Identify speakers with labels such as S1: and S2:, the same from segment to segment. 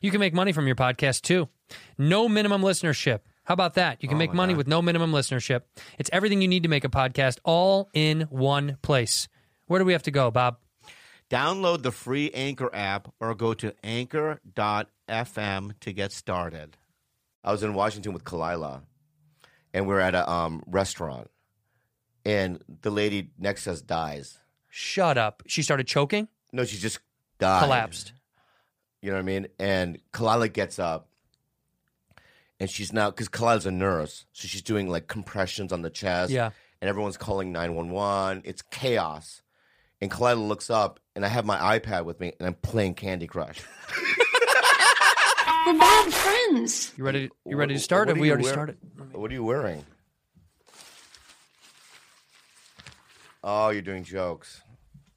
S1: You can make money from your podcast too. No minimum listenership. How about that? You can make money with no minimum listenership. It's everything you need to make a podcast all in one place. Where do we have to go, Bob?
S2: Download the free Anchor app or go to anchor.fm to get started.
S3: I was in Washington with Kalila, and we are at a um, restaurant, and the lady next to us dies.
S1: Shut up. She started choking,
S3: No, she just died.
S1: collapsed.
S3: You know what I mean? And Kalila gets up, and she's now because Kalila's a nurse, so she's doing like compressions on the chest.
S1: Yeah.
S3: and everyone's calling nine one one. It's chaos. And Kalila looks up, and I have my iPad with me, and I'm playing Candy Crush.
S4: We're bad friends.
S1: You ready? You
S3: What-
S1: ready to start?
S3: what
S1: Have
S3: are
S1: we
S3: you
S1: already
S3: wear-
S1: started?
S3: What are you wearing? Oh, you're doing jokes.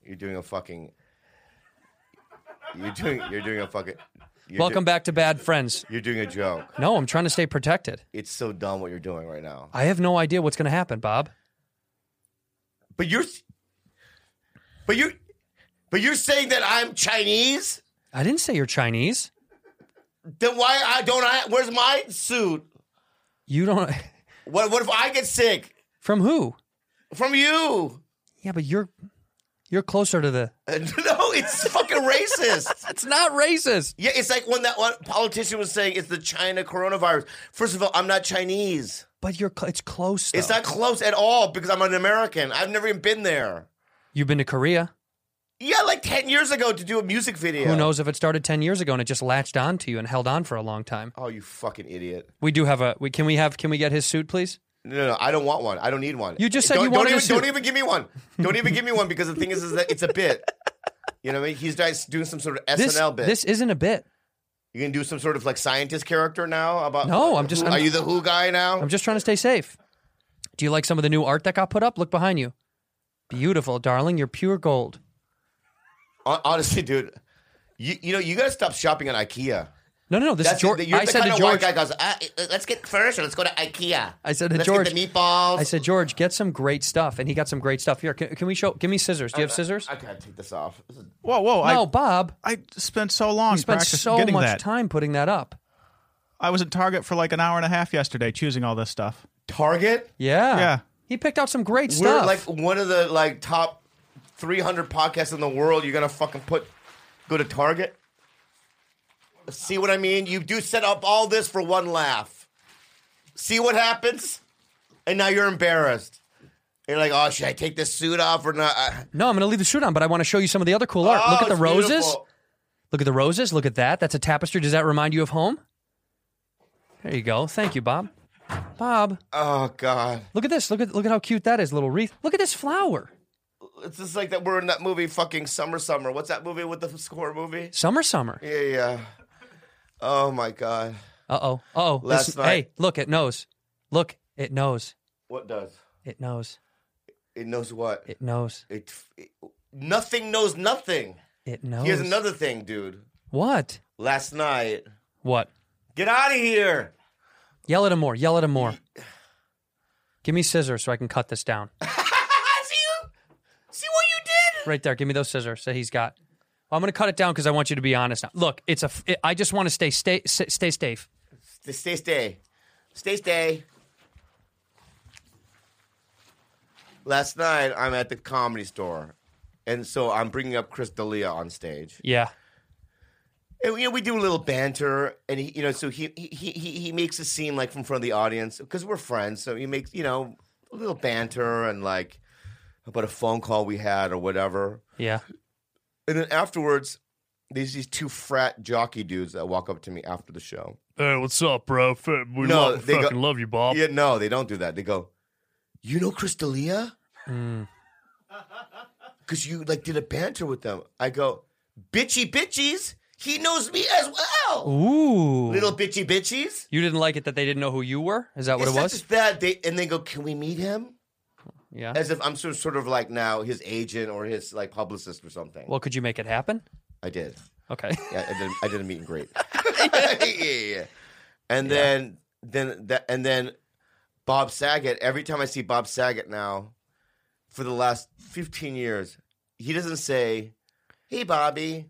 S3: You're doing a fucking. You're doing. You're doing a fucking. You're
S1: Welcome
S3: do-
S1: back to Bad Friends.
S3: You're doing a joke.
S1: No, I'm trying to stay protected.
S3: It's so dumb what you're doing right now.
S1: I have no idea what's going to happen, Bob.
S3: But you're. But you're. But you're saying that I'm Chinese.
S1: I didn't say you're Chinese.
S3: Then why I don't I? Where's my suit?
S1: You don't.
S3: What What if I get sick
S1: From who?
S3: from you?
S1: Yeah, but you're you're closer to the.
S3: no, it's fucking racist.
S1: It's not racist.
S3: Yeah, it's like when that one politician was saying it's the China coronavirus. First of all, I'm not Chinese.
S1: But you're. Cl- it's close.
S3: It's
S1: though.
S3: not close at all because I'm an American. I've never even been there.
S1: You've been to Korea.
S3: Yeah, like 10 years ago to do a music video.
S1: Who knows if it started ten years ago and it just latched on to you and held on for a long time.
S3: Oh, you fucking idiot.
S1: We do have a. We, can we have? Can we get his suit, please?
S3: No, no, no, I don't want one. I don't need one.
S1: You just said
S3: don't,
S1: you
S3: don't
S1: wanted a
S3: even,
S1: suit.
S3: Don't even give me one. Don't even give me one because the thing is, is that it's a bit. You know what I mean? He's just doing some sort of SNL
S1: This
S3: bit.
S1: this isn't a bit.
S3: you can do some sort of like scientist character now about.
S1: No, I'm just-
S3: Who-
S1: I'm-
S3: are you the Who guy now?
S1: I'm just trying to stay safe. Do you like some of the new art that got put up? Look behind you. Beautiful, darling. You're pure gold.
S3: Hon- Honestly, dude, you you know you gotta stop shopping at IKEA.
S1: No, no, no. This
S3: That's
S1: is George.
S3: the, you're
S1: I
S3: the
S1: said
S3: kind
S1: to
S3: of
S1: George.
S3: white guy goes, "Ah, eh, let's get first or let's go to IKEA.
S1: I said to
S3: let's
S1: George.
S3: get the meatballs.
S1: I said, George, get some great stuff, and he got some great stuff. Here, can, can we show? Give me scissors. Do you have scissors?
S3: I gotta take this off. This is-
S5: Whoa, whoa!
S1: no,
S5: I,
S1: Bob.
S5: I spent so long
S1: You spent
S5: practicing
S1: so
S5: getting
S1: much
S5: that.
S1: time putting that up.
S5: I was at Target for like an hour and a half yesterday choosing all this stuff.
S3: Target.
S1: Yeah.
S5: Yeah.
S1: He picked out some great
S3: We're
S1: stuff.
S3: like one of the like top 300 podcasts in the world. You're gonna fucking put go to Target. See what I mean? You do set up all this for one laugh. See what happens, and now you're embarrassed. You're like, oh, should I take this suit off or not? I-
S1: no, I'm going to leave the shoot on, but I want to show you some of the other cool art. Look
S3: Oh,
S1: at the
S3: it's
S1: roses.
S3: beautiful.
S1: Look at the roses. Look at that. That's a tapestry. Does that remind you of home? There you go. Thank you, Bob. Bob,
S3: Oh God.
S1: look at this. Look at look at how cute that is. Little wreath. Look at this flower.
S3: It's just like that we're in that movie fucking Summer Summer. What's that movie with the score movie?
S1: Summer, summer.
S3: Yeah, yeah. Oh my god.
S1: Uh oh. Oh.
S3: Last
S1: Listen,
S3: night-
S1: hey, look, it knows. Look, it knows.
S3: What does?
S1: It knows.
S3: It knows what? It
S1: It knows.
S3: it, nothing knows nothing.
S1: It knows.
S3: Here's another thing, dude.
S1: What?
S3: Last night.
S1: What?
S3: Get out of here.
S1: Yell at him more. Yell at him more. Give me scissors so I can cut this down.
S3: See you? See what you did?
S1: Right there. Give me those scissors that he's got. I'm going to cut it down because I want you to be honest. Now. Look, it's a. f- It, I just want to stay stay s- stay safe.
S3: Stay stay stay. Stay stay. Last night I'm at the comedy store. And so I'm bringing up Chris D'Elia on stage.
S1: Yeah.
S3: And you know, we do a little banter, and he, you know, so he he he he he makes a scene like from front of the audience because we're friends. So he makes you know a little banter and like about a phone call we had or whatever.
S1: Yeah.
S3: And then afterwards, there's these two frat jockey dudes that walk up to me after the show.
S6: Hey, what's up, bro? F- We
S3: No,
S6: love,
S3: they go-
S6: fucking love you,
S7: Oh.
S6: Bob.
S3: Yeah, no, they don't do that. They go, "You know Chris D'Elia?" Because you like did a banter with them. I go, "Bitchy bitchies, He knows me as well.
S1: Ooh.
S3: Little bitchy bitchies.
S1: you didn't like it that they didn't know who you were? Is that what it
S3: It's not
S1: was?
S3: just that they and they go, "Can we meet him?"
S1: Yeah.
S3: As if I'm sort of, sort of like now his agent or his like publicist or something.
S1: Well, could you make it happen?
S3: I did.
S1: Okay.
S3: Yeah, I did. I did a meet and greet. yeah, yeah, yeah. And then then that and then Bob Saget. Every time I see Bob Saget now, for the last 15 years, he doesn't say, "Hey, Bobby."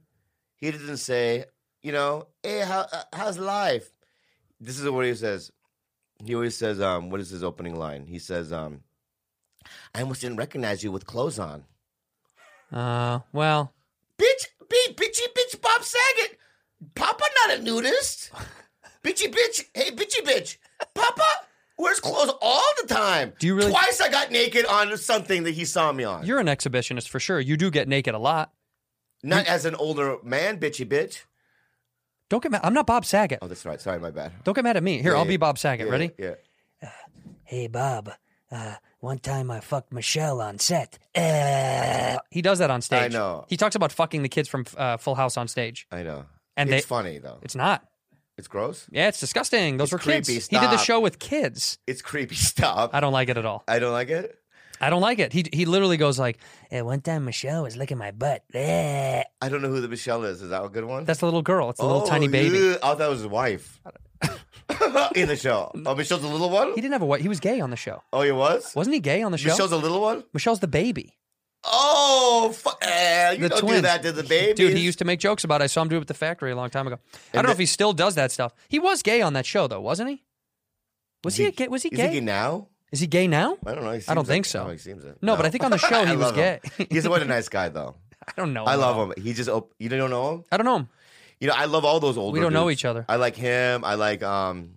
S3: He doesn't say, you know, "Hey, how uh, how's life?" This is what he says. He always says, um, "What is his opening line?" He says, um, "I almost didn't recognize you with clothes on."
S1: Uh, well,
S3: Bitch, be bitchy bitch Bob Saget. Papa not a nudist. Bitchy bitch, hey bitchy bitch. Papa wears clothes all the time.
S1: Do you really-
S3: Twice I got naked on something that he saw me on.
S1: you're an exhibitionist for sure. You do get naked a lot.
S3: not as an older man, bitchy bitch.
S1: Don't get mad. I'm not Bob Saget.
S3: Oh, that's right. Sorry, my bad.
S1: Don't get mad at me. Here,
S3: Yeah,
S1: I'll
S3: yeah.
S1: be Bob Saget.
S3: Yeah,
S1: Ready?
S3: Yeah.
S1: Hey, Bob. Uh, one time I fucked Michelle on set. Uh. He does that on stage.
S3: I know.
S1: He talks about fucking the kids from uh, Full House on stage.
S3: I know.
S1: And
S3: it's
S1: they-
S3: funny though.
S1: It's
S3: It's,
S1: not.
S3: gross.
S1: Yeah, it's disgusting. Those
S3: It's
S1: were kids.
S3: creepy.
S1: He did the
S3: Stop.
S1: show with kids.
S3: It's creepy stuff.
S1: I don't like it at all.
S3: I don't like it.
S1: I don't like it. He he literally goes like, "At one time Michelle was licking my butt." Eh.
S3: I don't know who the Michelle is. Is that a good one?
S1: That's the little girl. It's the little
S3: Oh,
S1: tiny baby.
S3: yeah. I thought it was his wife. In the show. Oh, Michelle's a little one?
S1: He didn't have a wife. He was gay on the show.
S3: Oh, he was?
S1: Wasn't he gay on the show?
S3: Michelle's a little one?
S1: Michelle's the baby.
S3: Oh, fu- eh, you
S1: The
S3: don't do
S1: twins.
S3: that to the baby.
S1: Dude, he used to make jokes about it. I saw him do it at the factory a long time ago. I don't know
S3: the-
S1: if he still does that stuff. He was gay on that show though, wasn't he? Was he, a gay? Was he
S3: Is
S1: gay?
S3: he gay now?
S1: Is he gay now?
S3: I don't know. He
S1: I don't
S3: seems
S1: think
S3: like-
S1: so.
S3: oh, he seems it.
S1: No, but I think on the show he
S3: I
S1: was
S3: love
S1: gay.
S3: him.
S1: Oh,
S3: He's what a nice guy, though.
S1: I don't know.
S3: I love him. He just op- you don't know him.
S1: I don't know him.
S3: You know, I love all those older.
S1: We don't know
S3: dudes.
S1: each other.
S3: I like him. I like um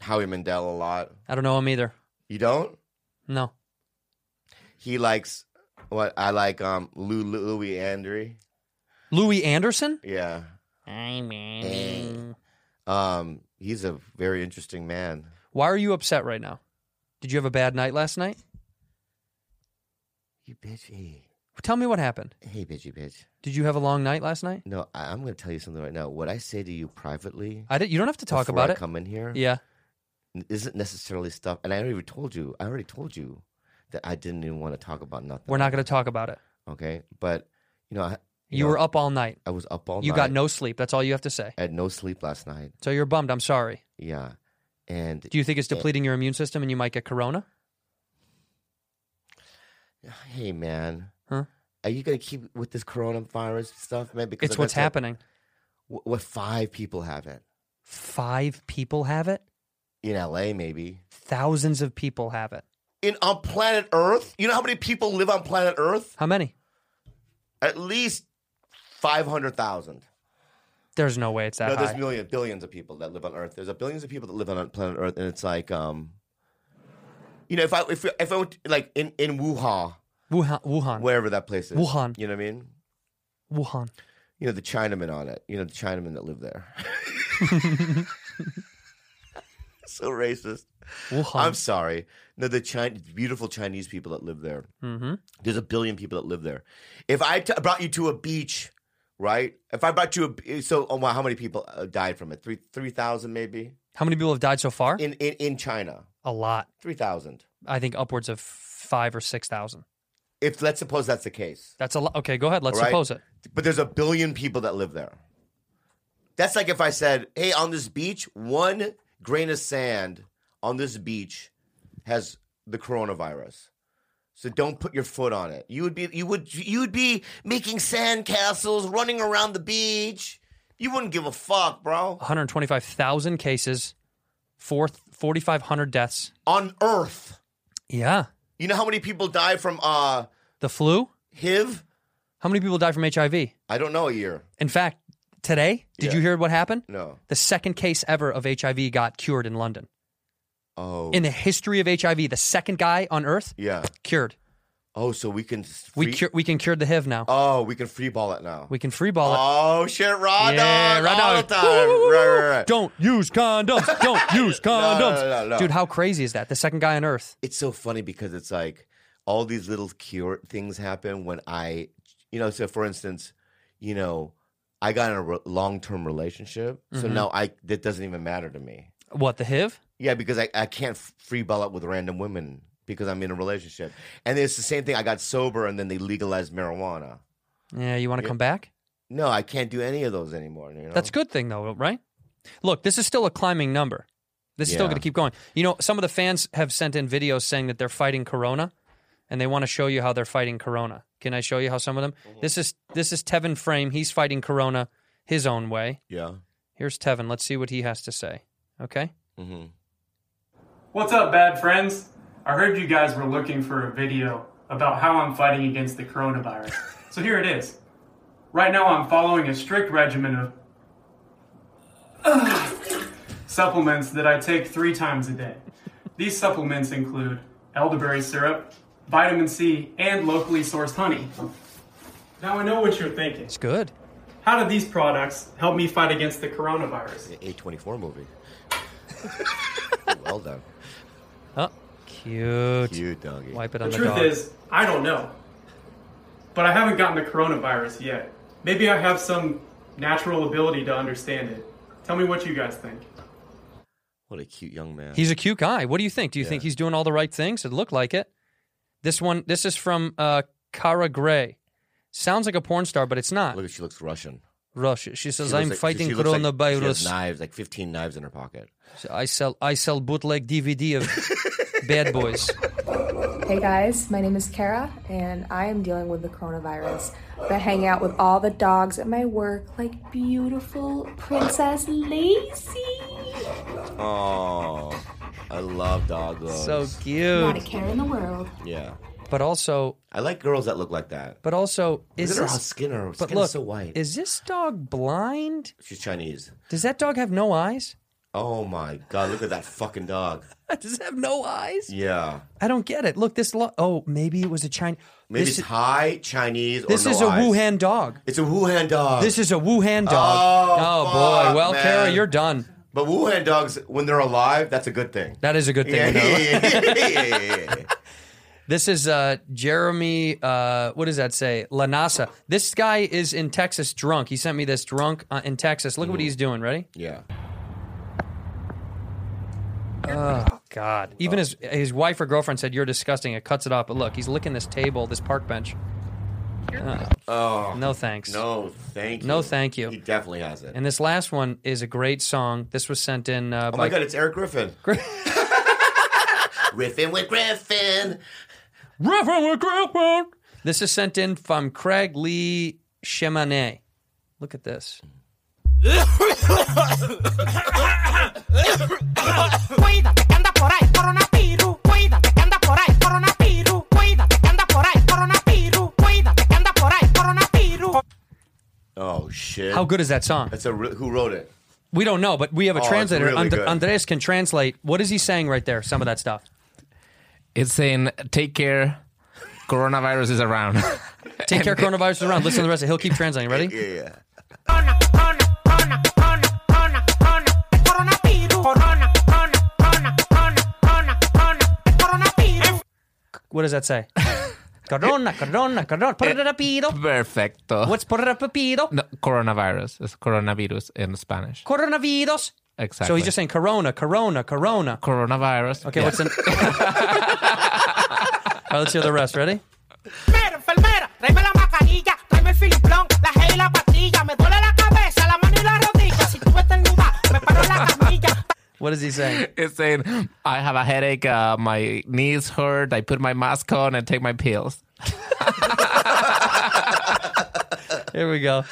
S3: Howie Mandel a lot.
S1: I don't know him either.
S3: You don't?
S1: No.
S3: He likes what I like. Um, Lou Louis Andre.
S1: Louis Anderson?
S3: Yeah.
S1: I
S3: mean- Um, he's a very interesting man.
S1: Why are you upset right now? Did you have a bad night last night?
S3: You bitchy.
S1: Tell me what happened.
S3: Hey, bitchy bitch.
S1: Did you have a long night last night?
S3: No, I- I'm going to tell you something right now. What I say to you privately,
S1: I did. You don't have to talk
S3: before
S1: about
S3: I
S1: it.
S3: Come in here.
S1: Yeah.
S3: n- isn't necessarily stuff. And I already told you, I already told you that I didn't even want to talk about nothing.
S1: We're not going to talk about it.
S3: okay, but you know, I,
S1: You,
S3: know,
S1: were up all night.
S3: I was up all
S1: You
S3: night.
S1: got no sleep. That's all you have to say.
S3: I had no sleep last night.
S1: So you're bummed. I'm sorry.
S3: Yeah, and
S1: Do you think it's depleting your immune system and you might get corona?
S3: hey, man,
S1: Huh?
S3: Are you gonna keep with this coronavirus stuff, man? Because
S1: It's
S3: I
S1: what's
S3: got to-
S1: happening.
S3: wh- What five people have it
S1: Five people have it.
S3: in LA, maybe
S1: Thousands of people have it.
S3: in on planet Earth. You know how many people live on planet Earth?
S1: How many?
S3: At least five hundred thousand.
S1: There's no way it's that
S3: no, there's
S1: high.
S3: million, billions of people that live on Earth. There's a billions of people that live on planet Earth, and it's like, um, you know, if I if if I went like in in Wuhan,
S1: Wuhan. Wuhan.
S3: wherever that place is,
S1: Wuhan.
S3: you know what I mean?
S1: Wuhan.
S3: You know the Chinamen on it. You know the Chinamen that live there. so racist. I'm
S1: Wuhan.
S3: sorry. No, the Chinese, beautiful Chinese people that live there.
S1: Mm-hmm.
S3: There's a billion people that live there. If I t- brought you to a beach, right? If I brought you a so, oh wow, how many people uh, died from it? Three three thousand maybe
S1: How many people have died so far?
S3: in in, in China.
S1: A lot.
S3: 3,000.
S1: I think upwards of five or six thousand.
S3: If let's suppose that's the case.
S1: That's a lot. Okay, go ahead. Let's
S3: All right.
S1: suppose it.
S3: But there's a billion people that live there. That's like if I said, "Hey, on this beach, one grain of sand on this beach has the coronavirus." So don't put your foot on it. You would be you would you would be making sand castles, running around the beach. You wouldn't give a fuck, bro.
S1: 125,000 cases, four- 4,500 deaths.
S3: On Earth.
S1: Yeah.
S3: You know how many people die from uh
S1: The flu?
S3: HIV?
S1: How many people died from HIV?
S3: I don't know a year.
S1: In fact, today, did
S3: Yeah.
S1: you hear what happened?
S3: No.
S1: The second case ever of HIV got cured in London.
S3: Oh.
S1: In the history of HIV, the second guy on earth
S3: yeah.
S1: cured.
S3: Oh, so we can
S1: We
S3: free-
S1: cure, we can cure the HIV now.
S3: Oh, we can free ball it now.
S1: We can free ball it.
S3: Oh shit, raw
S1: yeah,
S3: dog,
S1: right
S3: all
S1: now.
S3: the time.
S1: Woo, woo, woo,
S3: Right,
S1: woo.
S3: right, right.
S1: Don't use condoms. Don't use condoms.
S3: Oh. no, no.
S1: Dude, how crazy is that? The second guy on earth.
S3: It's so funny because it's like all these little cure things happen when I, you know. So for instance, you know, I got in a re- long-term relationship, so
S1: Mm-hmm.
S3: now I that doesn't even matter to me.
S1: What the HIV?
S3: Yeah, because I, I can't f- free ball up with random women because I'm in a relationship, and it's the same thing. I got sober, and then they legalized marijuana.
S1: Yeah, you want to
S3: Yeah.
S1: come back?
S3: No, I can't do any of those anymore. You know?
S1: That's a good thing though, right? Look, this is still a climbing number. This is still
S3: Yeah.
S1: going to keep going. You know, some of the fans have sent in videos saying that they're fighting corona and they want to show you how they're fighting corona. Can I show you how some of them? This is this is Tevin Frame. He's fighting corona his own way.
S3: yeah.
S1: Here's Tevin. Let's see what he has to say. Okay?
S4: What's up, bad friends? I heard you guys were looking for a video about how I'm fighting against the coronavirus. So here it is. Right now, I'm following a strict regimen of supplements that I take three times a day. These supplements include elderberry syrup, vitamin C, and locally sourced honey. Now I know what you're thinking.
S1: It's good.
S4: How do these products help me fight against the coronavirus?
S3: A twenty four movie. well done,
S1: Oh, cute.
S3: you doggy.
S1: Wipe it on
S4: The
S1: the,
S4: truth
S1: dog.
S4: is, I don't know. But I haven't gotten the coronavirus yet. Maybe I have some natural ability to understand it. Tell me what you guys think.
S3: What a cute young man.
S1: He's a cute guy. What do you think? Do you think he's doing all the right things? It looked like it. This one, this is from uh, Cara Gray. Sounds like a porn star, but it's not.
S3: Look, she looks Russian.
S1: Russia. She says,
S3: She looks
S1: "I'm
S3: like- she-
S1: fighting
S3: she looks like she has
S1: coronavirus.
S3: knives, like fifteen knives in her pocket.
S1: I sell, I sell bootleg DVD of Bad Boys."
S8: Hey guys, my name is Kara, and I am dealing with the coronavirus. But I hang out with all the dogs at my work like beautiful Princess Lacey.
S3: Oh, I love dog gloves.
S1: So
S8: Not a
S1: cute,
S8: care in the world.
S3: yeah,
S1: but also,
S3: I like girls that look like that.
S1: but also,
S3: Is
S1: is
S3: Look at her
S1: this?
S3: skin? Her
S1: But
S3: skin
S1: look,
S3: is so white.
S1: is this dog blind?
S3: She's Chinese.
S1: Does that dog have no eyes?
S3: Oh my god! Look at that fucking dog.
S1: Does it have no eyes?
S3: Yeah,
S1: I don't get it. Look, this. Lo- oh, maybe it was a Chinese.
S3: maybe
S1: this
S3: it's Thai, Chinese, or
S1: this
S3: no
S1: is a
S3: eyes.
S1: Wuhan dog.
S3: It's a Wuhan dog.
S1: This is a Wuhan
S3: Oh,
S1: dog. boy.
S3: fuck,
S1: Well, Kara,
S3: man.
S1: you're done.
S3: but Wuhan dogs, when they're alive, that's a good thing.
S1: That is a good thing. to
S3: Yeah,
S1: know.
S3: yeah, yeah, yeah, yeah, yeah.
S1: This is uh, Jeremy. Uh, what does that say? Lanasa. This guy is in Texas drunk. He sent me this drunk uh, in Texas. Look what he's doing. Ready?
S3: Yeah.
S1: God. Even his his wife or girlfriend said you're disgusting. It cuts it off. But look, he's licking this table, this park bench.
S3: Oh
S1: No thanks.
S3: no, thank you.
S1: No, thank you.
S3: He definitely has it.
S1: And this last one is a great song. This was sent in uh,
S3: oh
S1: by
S3: my god, it's Eric Griffin. Griffin with Griffin.
S1: Griffin with Griffin. This is sent in from Craig Lee Chemanet. Look at this.
S9: Cuídate que anda por ahí, coronavirus. Cuídate que anda por ahí, coronavirus. Cuídate que anda por ahí, coronavirus. Cuídate que anda por ahí, coronavirus.
S3: Oh shit.
S1: How good is that song?
S3: That's a re- who wrote it?
S1: We don't know, but we have a
S3: Oh, it's
S1: translator.
S3: really
S1: And-
S3: good.
S1: Andres can translate. What is he saying right there? Some of that stuff.
S7: It's saying, "Take care, coronavirus is around."
S1: Take care, coronavirus is around. Listen to the rest. of it. He'll keep translating. Ready?
S3: Yeah.
S9: Corona, corona, corona, corona, corona, corona. El coronavirus. Corona, corona, corona, corona, corona, corona. El coronavirus.
S1: What does that say? corona, corona, corona. Porrapido.
S7: Perfecto.
S1: What's porrapido?
S7: No, coronavirus? It's coronavirus in Spanish.
S1: Coronavirus.
S7: Exactly.
S1: So he's just saying corona, corona, corona.
S7: coronavirus.
S1: Okay,
S7: Yeah.
S1: what's in? All right, let's hear the rest. Ready?
S9: Enfermero, enfermera, tráeme la mascarilla, tráeme el filiplón, la gel y la pastilla. Me duele la cabeza, la mano y la rodilla. Si tú me estornudas, me paro en la camilla.
S1: What is he saying?
S7: It's saying, "I have a headache. Uh, my knees hurt. I put my mask on and take my pills."
S1: Here we go.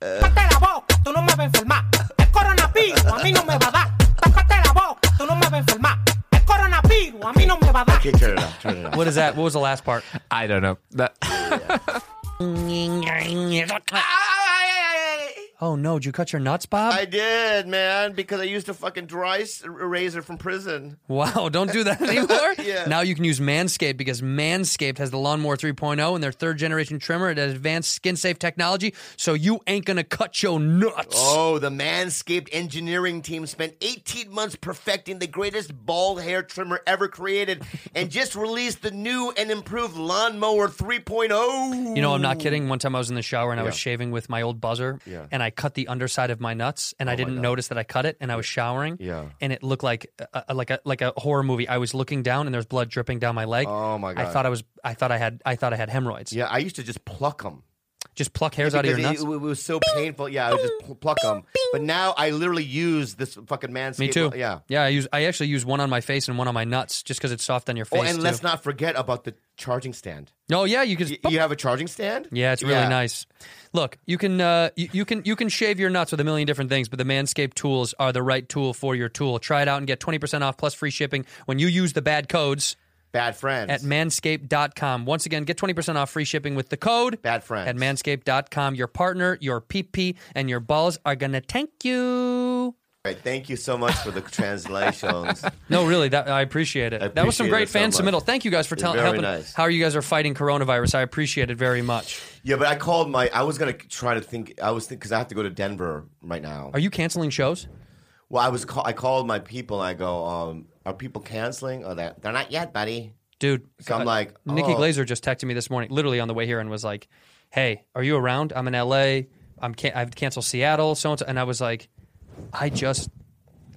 S9: Tápate la boca, tú no me vas a enfermar. El coronavirus a mí no me va a dar. Tápate la boca, tú no me vas a enfermar. El coronavirus a mí no me va a dar.
S3: Okay, turn it off. Turn it off.
S1: What is that? What was the last part?
S7: I don't know. That-
S1: Oh no! Did you cut your nuts, Bob?
S3: I did, man, because I used a fucking dry s- eraser from prison.
S1: Wow, don't do that anymore.
S3: Yeah.
S1: Now you can use Manscaped because Manscaped has the Lawnmower 3.0 and their third generation trimmer. It has advanced skin safe technology, so you ain't gonna cut your nuts.
S3: Oh, the Manscaped engineering team spent 18 months perfecting the greatest bald hair trimmer ever created and just released the new and improved Lawnmower oh. 3.0.
S1: You know, I'm not kidding. One time I was in the shower and I was shaving with my old buzzer, and I I cut the underside of my nuts, and I didn't notice that I cut it, and I was showering.
S3: Oh Yeah.
S1: and it looked like a, a- like a like a horror movie. I was looking down, and there's blood dripping down my leg.
S3: Oh, my
S1: I
S3: God.
S1: thought I was. I thought I had. I thought I had hemorrhoids.
S3: Yeah, I used to just pluck them.
S1: just pluck hairs out of your
S3: Because
S1: nuts.
S3: it, it was so painful. Yeah, I would just pl- pluck them. But now I literally use this fucking manscaped.
S1: Me too.
S3: Yeah.
S1: yeah. I use. I actually use one on my face and one on my nuts, just because it's soft on your face.
S3: Oh, and
S1: too.
S3: let's not forget about the charging stand.
S1: No, yeah, you can.
S3: Y-
S1: Just,
S3: you have a charging stand?
S1: yeah, it's really
S3: Yeah.
S1: nice. Look, you can uh, you, you can you can shave your nuts with a million different things, but the Manscaped tools are the right tool for your tool. Try it out and get twenty percent off plus free shipping when you use the bad codes
S3: Bad friends.
S1: at manscaped.com. Once again, get twenty percent off free shipping with the code
S3: Bad friends.
S1: at manscaped.com. Your partner, your PP, and your balls are gonna thank you.
S3: All right, thank you so much for the translations.
S1: No, really, that I appreciate it.
S3: I
S1: that was some great
S3: appreciate
S1: fan
S3: it so much.
S1: submittal. Thank you guys for telling
S3: very
S1: helping
S3: nice.
S1: how you guys are fighting coronavirus. I appreciate it very much.
S3: yeah, but I called my. I was gonna try to think. I was because I have to go to Denver right now.
S1: Are you canceling shows?
S3: Well, I was. Call, I called my people. and I go. Um, are people canceling? Or that they're not yet, buddy.
S1: dude.
S3: So I'm like,
S1: Nikki
S3: oh.
S1: Glazer just texted me this morning, literally on the way here, and was like, "Hey, are you around? I'm in LA. I'm can- I've canceled Seattle, so and so." And I was like, "I just,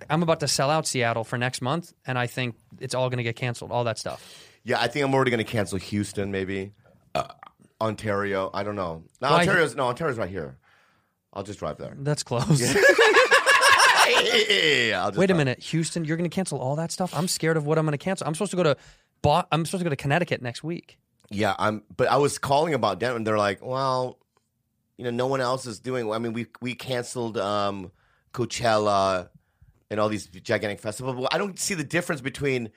S1: I'm about to sell out Seattle for next month, and I think it's all going to get canceled. All that stuff.
S3: Yeah, I think I'm already gonna cancel Houston. Maybe uh, Ontario. I don't know. No,
S1: Why-
S3: Ontario's no. Ontario's right here. I'll just drive there.
S1: That's close.
S3: Yeah, I'll just
S1: Wait a
S3: drive.
S1: minute, Houston, you're going to cancel all that stuff? I'm scared of what I'm going to cancel. I'm supposed to go to, Bo- I'm supposed to go to Connecticut next week.
S3: Yeah, I'm. But I was calling about Denver, and they're like, "Well, you know, no one else is doing." I mean, we we canceled um, Coachella and all these gigantic festivals. Well, I don't see the difference between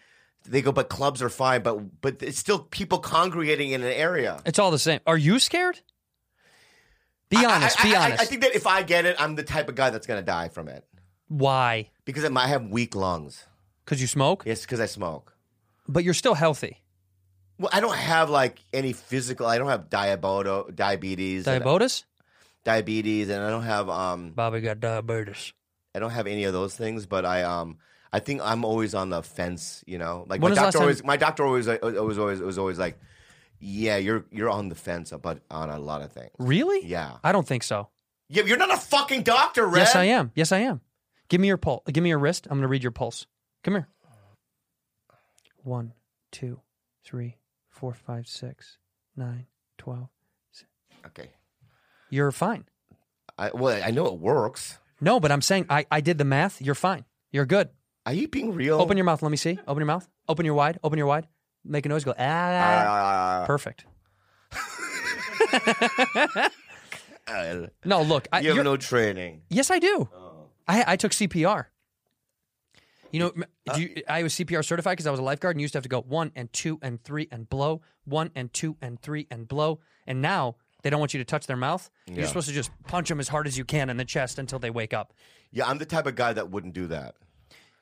S3: they go, but clubs are fine, but but it's still people congregating in an area.
S1: It's all the same. Are you scared? Be honest.
S3: I, I-
S1: be
S3: I-
S1: honest.
S3: I, think that if I get it, I'm the type of guy that's gonna die from it
S1: Why?
S3: because I might have weak lungs.
S1: Because you smoke,
S3: Yes, because I smoke.
S1: but you're still healthy.
S3: Well, I don't have like any physical. I don't have diabeto, diabetes, and-
S1: Diabetes?
S3: diabetes, and I don't have um.
S1: Bobby got diabetes.
S3: I don't have any of those things, but I um I think I'm always on the fence, you know. Like
S1: When
S3: my
S1: was the last
S3: doctor
S1: time-
S3: always my doctor always like, was always was always like, yeah, you're you're on the fence about on a lot of things.
S1: Really?
S3: Yeah.
S1: I don't think so.
S3: Yeah, you're not a fucking doctor, Red.
S1: Yes, I am. Yes, I am. Give me your pulse. Give me your wrist. I'm going to read your pulse. Come here. One, two, three, four, five, six, nine, twelve.
S3: Okay.
S1: You're fine.
S3: I well, I know it works.
S1: No, but I'm saying I, I did the math. You're fine. You're good.
S3: Are you being real?
S1: Open your mouth. Let me see. Open your mouth. Open your wide. Open your wide. Make a noise. Go, ah.
S3: Uh,
S1: Perfect.
S3: uh,
S1: No, look. I,
S3: you Oh. have
S1: you're-
S3: no training.
S1: Yes, I do. I, I took CPR. You know, m-
S3: Uh,
S1: do you, I was CPR certified because I was a lifeguard and used to have to go one and two and three and blow, one and two and three and blow. And now they don't want you to touch their mouth. You're supposed to just punch them as hard as you can in the chest until they wake up.
S3: Yeah, I'm the type of guy that wouldn't do that.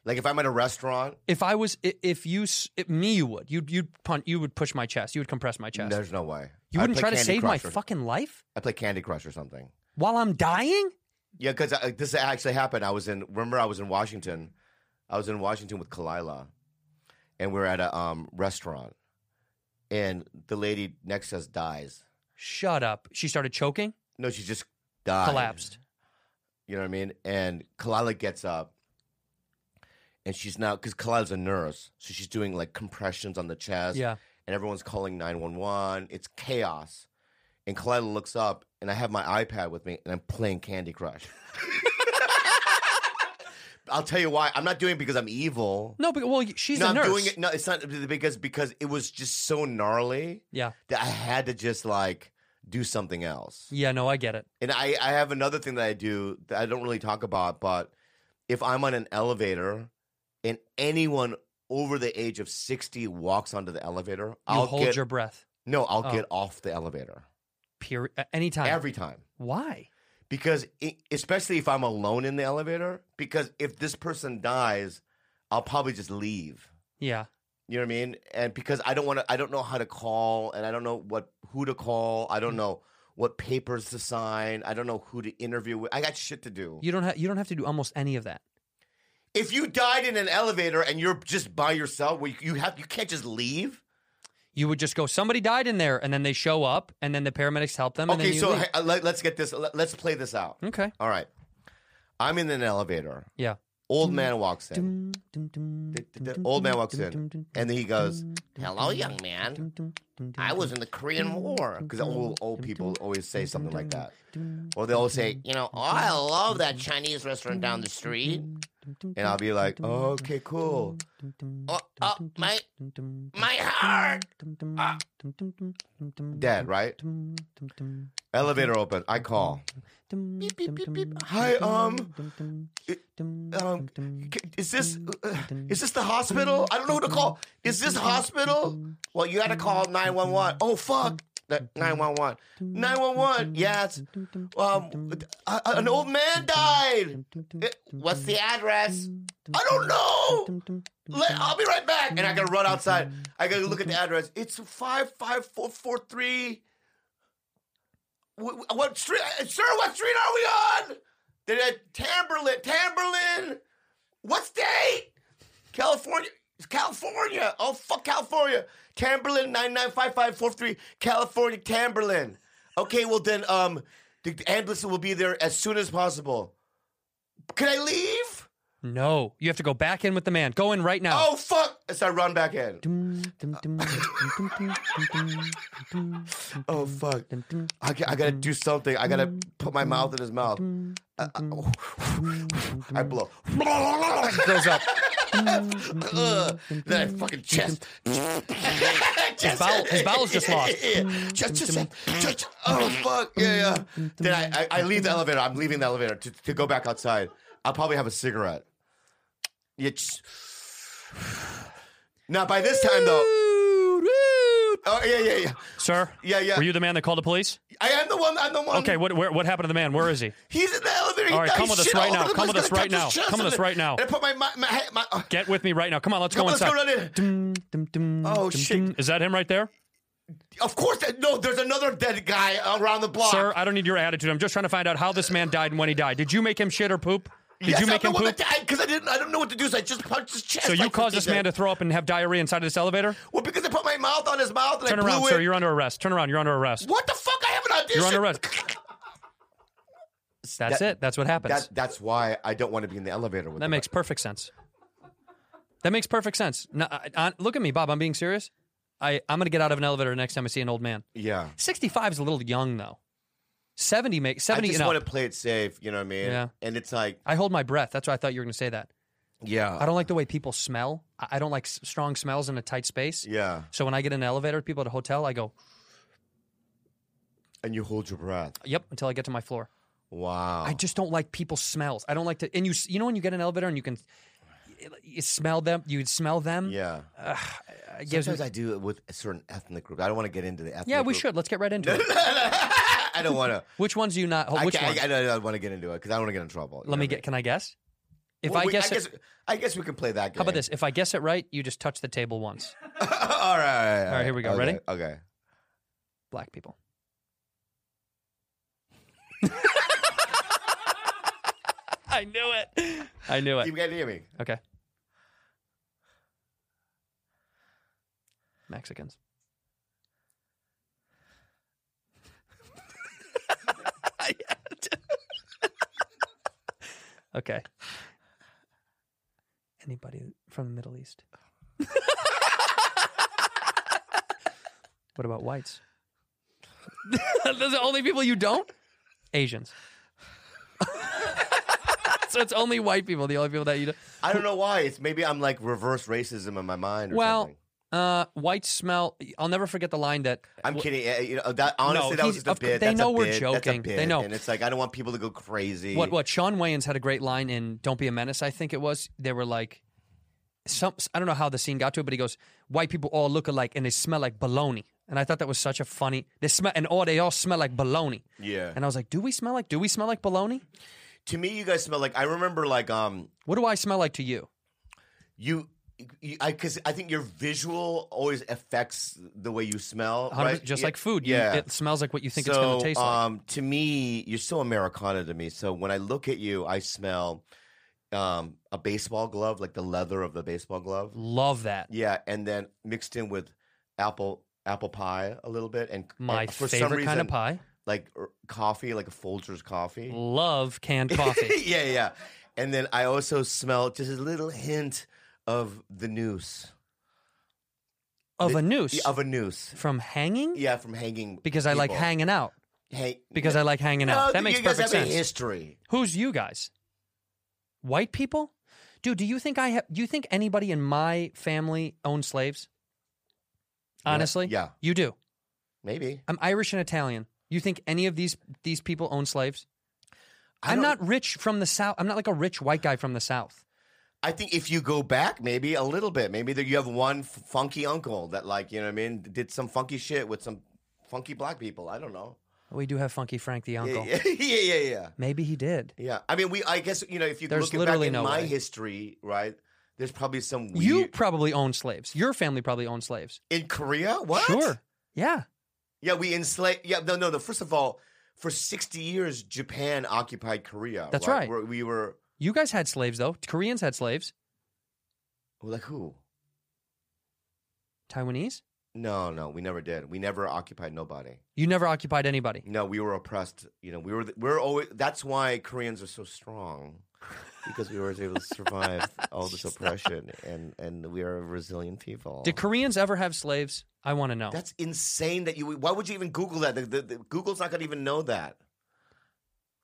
S3: Like if I'm at a restaurant,
S1: If I was, i- if you, s- if me, you would, you'd, you'd punch, you would push my chest, you would compress my chest.
S3: there's no way.
S1: you
S3: I'd
S1: wouldn't
S3: play
S1: try to
S3: Candy
S1: save my
S3: Crush or-
S1: fucking life
S3: I play Candy Crush or something.
S1: while I'm dying.
S3: Yeah, because this actually happened. I was in. Remember, I was in Washington. I was in Washington with Kalila, and we were at a um, restaurant, and the lady next to us dies.
S1: Shut up. She started choking,
S3: No, she just died.
S1: collapsed.
S3: You know what I mean? And Kalila gets up, and she's now because Kalila's a nurse, so she's doing like compressions on the chest.
S1: Yeah.
S3: and everyone's calling nine one one. It's chaos. And Kalila looks up, and I have my iPad with me, and I'm playing Candy Crush. I'll tell you why. I'm not doing it because I'm evil.
S1: No, but well, she's
S3: no,
S1: a
S3: I'm
S1: nurse.
S3: doing it. No, it's not because because it was just so gnarly
S1: Yeah.
S3: that I had to just like do something else.
S1: Yeah. No, I get it.
S3: And I, I have another thing that I do that I don't really talk about, but if I'm on an elevator and anyone over the age of 60 walks onto the elevator,
S1: You
S3: I'll
S1: hold
S3: get,
S1: your breath.
S3: no, I'll
S1: Oh.
S3: get off the elevator
S1: Period. Anytime.
S3: every time
S1: Why?
S3: because i especially if I'm alone in the elevator because if this person dies, I'll probably just leave.
S1: Yeah.
S3: You know what I mean? And because I don't want to, I don't know how to call, and I don't know what who to call. I
S1: Mm.
S3: don't know what papers to sign. I don't know who to interview with. I got shit to do.
S1: You don't have you don't have to do almost any of that.
S3: if you died in an elevator and you're just by yourself, well, you have you can't just leave.
S1: You would just go, somebody died in there, and then they show up, and then the paramedics help them. and
S3: Okay,
S1: then you
S3: so
S1: leave.
S3: hey, uh, let, us get this. Let, us play this out.
S1: okay,
S3: All right. I'm in an elevator.
S1: yeah.
S3: Old man walks in. The old man walks in, and then he goes,
S2: Hello, young man. I was in the Korean War.
S3: because old old people always say something like that, or they
S2: They'll
S3: always say,
S2: say, you know, oh, I love that Chinese restaurant down the street.
S3: and I'll be like, oh, okay, cool.
S2: Oh, oh my, my heart. Ah.
S3: Dead, right? Elevator open. I call.
S2: Beep, beep, beep, beep.
S3: Hi, um, um, c- is this uh, is this the hospital? I don't know who to call. Is this hospital? Well, you got to call nine one one. Oh fuck, nine one one, nine one one. Yes, um, a- a- an old man died. Eh,
S2: What's the address?
S3: I don't know. Let, I'll be right back. And I gotta run outside. I gotta look at the address. It's five five four four three. What, what street, uh, sir? What street are we on? Did it Tamberlin? Tamberlin? What state? California. It's California. Oh fuck, California. Tamberlin nine nine five five four three. California Tamberlin. Okay, well then, um, the the ambulance will be there as soon as possible. Can I leave?
S1: No, you have to go back in with the man. Go in right now.
S3: Oh fuck! As I run back in. Oh fuck! I, ca- I gotta do something. I gotta put my mouth in his mouth. Uh, I, I- I blow.
S1: goes up.
S3: Ugh. Then I fucking chest. Chest-
S1: bowel- his bowel's just lost.
S3: Yeah. Chest- chest- chest- chest. Oh fuck! Yeah, yeah. Then I, I, I leave the elevator. I'm leaving the elevator to, to go back outside. I'll probably have a cigarette. Yeah. just- Now by this time though. Oh yeah, yeah, yeah.
S1: Sir?
S3: Yeah, yeah.
S1: Were you the man that called the police?
S3: I am the one. I'm the one.
S1: Okay, what where, what happened to the man? Where is he?
S3: He's in the elevator. He
S1: All right,
S3: died.
S1: come with us
S3: Shit
S1: right
S3: all
S1: now.
S3: over the
S1: Come
S3: place.
S1: with us
S3: Gotta
S1: right
S3: touch his
S1: now.
S3: chest
S1: Come with
S3: and
S1: us right now.
S3: And I put my my, my, my uh,
S1: Get with me right now. Come on, let's
S3: come
S1: go
S3: on, let's
S1: inside.
S3: go right in. Oh, shit.
S1: Is that him right there?
S3: Of course, that, no. There's another dead guy around the block.
S1: Sir, I don't need your attitude. I'm just trying to find out how this man died and when he died. Did you make him shit or poop? Did
S3: yes,
S1: you make him
S3: I'm the one
S1: poop?
S3: that died because I didn't. I don't know what to do. So I just punched his chest.
S1: So you
S3: like
S1: caused
S3: fucking
S1: this man to
S3: dead.
S1: throw up and have diarrhea inside of this elevator?
S3: Well, because I put my mouth on his mouth and
S1: Turn
S3: I blew
S1: around,
S3: it.
S1: sir. You're under arrest. Turn around. You're under arrest.
S3: what the fuck? I have an audition.
S1: You're under arrest. That's
S3: That-
S1: it. That's what happens.
S3: That, that's why I don't want to be in the elevator with.
S1: That
S3: him.
S1: makes perfect sense. That makes perfect sense. No, I, I- look at me, Bob. I'm being serious. I, I'm going to get out of an elevator next time I see an old man.
S3: Yeah.
S1: 65 is a little young, though. 70 makes
S3: I
S1: 70.
S3: just
S1: and
S3: want
S1: up.
S3: to play it safe. You know what I mean?
S1: Yeah.
S3: And it's like,
S1: I hold my breath. That's why I thought you were going to say that.
S3: yeah,
S1: I don't like the way people smell. I I don't like s- strong smells in a tight space.
S3: yeah.
S1: So when I get in an elevator with people at a hotel, I go,
S3: And you hold your breath.
S1: yep, until I get to my floor.
S3: Wow.
S1: I just don't like people's smells. I don't like to, and you, s- you know, when you get in an elevator and you can, you smell them, you smell them.
S3: yeah.
S1: It gives me-
S3: Sometimes I do it with a certain ethnic group. I don't want to get into the ethnic.
S1: yeah, we
S3: group.
S1: should. Let's get right into it.
S3: I don't want to.
S1: Which ones do you not?
S3: I,
S1: Which
S3: ca-
S1: one?
S3: I, I don't want to get into it because I don't want to get in trouble. You
S1: Let
S3: know
S1: me
S3: what I
S1: get. Can I guess? If
S3: mean? Well,
S1: I
S3: we-
S1: guess,
S3: I
S1: it,
S3: guess, I guess we can play that game.
S1: how about this? If I guess it right, you just touch the table once.
S3: all, right, all right.
S1: All right, here we go.
S3: Okay,
S1: Ready?
S3: Okay.
S1: Black people. I knew it. I knew
S3: You
S1: it.
S3: got to hear me.
S1: Okay. Mexicans. okay. Anybody from the Middle East? what about whites? Those are the only people you don't? Asians. so it's only white people, the only people that you don't.
S3: I don't know why. It's maybe I'm like reverse racism in my mind. Or
S1: Well,
S3: something.
S1: uh, white smell. I'll never forget the line that
S3: I'm kidding. Eh, You know, that, honestly,
S1: No,
S3: that was
S1: he's-
S3: just a
S1: of cou-
S3: bit.
S1: they
S3: That's
S1: know
S3: a
S1: we're
S3: bit. That's a
S1: joking. They
S3: bit.
S1: know.
S3: and it's like I don't want people to go crazy.
S1: what what Sean Wayans had a great line in "Don't Be a Menace." I think it was. They were like, some I don't know how the scene got to it, but he goes, "White people all look alike and they smell like baloney." And I thought that was such a funny. They smell and all they all smell like baloney.
S3: Yeah.
S1: And I was like, "Do we smell like? Do we smell like baloney?
S3: To me, you guys smell like. I remember like um
S1: What do I smell like to you?"
S3: you you- I because I think your visual always affects the way you smell,
S1: Hundred-
S3: right?
S1: Just
S3: Yeah.
S1: like food, You-
S3: yeah.
S1: it smells like what you think
S3: so,
S1: it's going to taste like.
S3: um, to me, you're so Americana to me. So when I look at you, I smell um a
S1: Mm.
S3: baseball glove, like the leather of the baseball glove.
S1: Love that.
S3: Yeah, and then mixed in with apple apple pie a little bit, and
S1: My
S3: and for some
S1: favorite kind
S3: reason,
S1: of pie.
S3: like er, coffee, like a Folgers coffee.
S1: Love canned coffee.
S3: yeah, yeah. And then I also smell just a little hint of the noose
S1: of a
S3: The-
S1: noose.
S3: Yeah, of a noose.
S1: from hanging?
S3: Yeah, from hanging
S1: Because I like
S3: people.
S1: hanging out.
S3: Hang-
S1: Because I like hanging
S3: No,
S1: out. That
S3: you
S1: makes
S3: guys
S1: perfect
S3: have a
S1: sense.
S3: history.
S1: Who's you guys? White people? Dude, do you think I have do you think anybody in my family owns slaves? Honestly?
S3: yeah.
S1: You do.
S3: Maybe
S1: I'm Irish and Italian. You think any of these these people own slaves?
S3: I
S1: I'm
S3: don't-
S1: not rich from the south. I'm not like a rich white guy from the south.
S3: I think if you go back, maybe a little bit, maybe that you have one f- funky uncle that, like, you know what I mean, did some funky shit with some funky black people. I don't know.
S1: We do have Funky Frank the uncle.
S3: Yeah, yeah, yeah, yeah.
S1: Maybe he did.
S3: Yeah. I mean, we. I guess you know if you
S1: There's
S3: look it back
S1: literally
S3: in
S1: no
S3: my
S1: way.
S3: history, right? There's probably some weird
S1: You probably own slaves. Your family probably owned slaves.
S3: in Korea. What?
S1: Sure. Yeah.
S3: Yeah, we enslaved. Yeah, no, no. The first of all, for sixty years, Japan occupied Korea.
S1: That's right.
S3: Where we were
S1: You guys had slaves though. Koreans had slaves.
S3: like who?
S1: Taiwanese?
S3: No, no, we never did. We never occupied nobody.
S1: You never occupied anybody.
S3: No, we were oppressed. You know, we were we're always. That's why Koreans are so strong, because we were able to survive all this oppression, and and we are a resilient people.
S1: Did Koreans ever have slaves? I want to know.
S3: that's insane. That you. Why would you even Google that? The, the, the- Google's not going to even know that.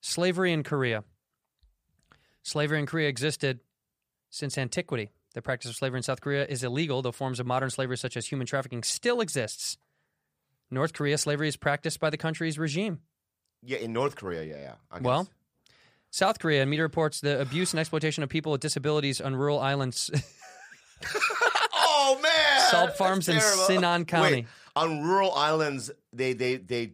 S1: Slavery in Korea. Slavery in Korea existed since antiquity. The practice of slavery in South Korea is illegal, though forms of modern slavery such as human trafficking still exists. North Korea slavery is practiced by the country's regime.
S3: Yeah, in North Korea. Yeah, yeah. I guess.
S1: Well, South Korea, media reports the abuse and exploitation of people with disabilities on rural islands,
S3: Oh man!
S1: salt
S3: That's
S1: farms in
S3: terrible.
S1: Sinan County.
S3: Wait, on rural islands, they they they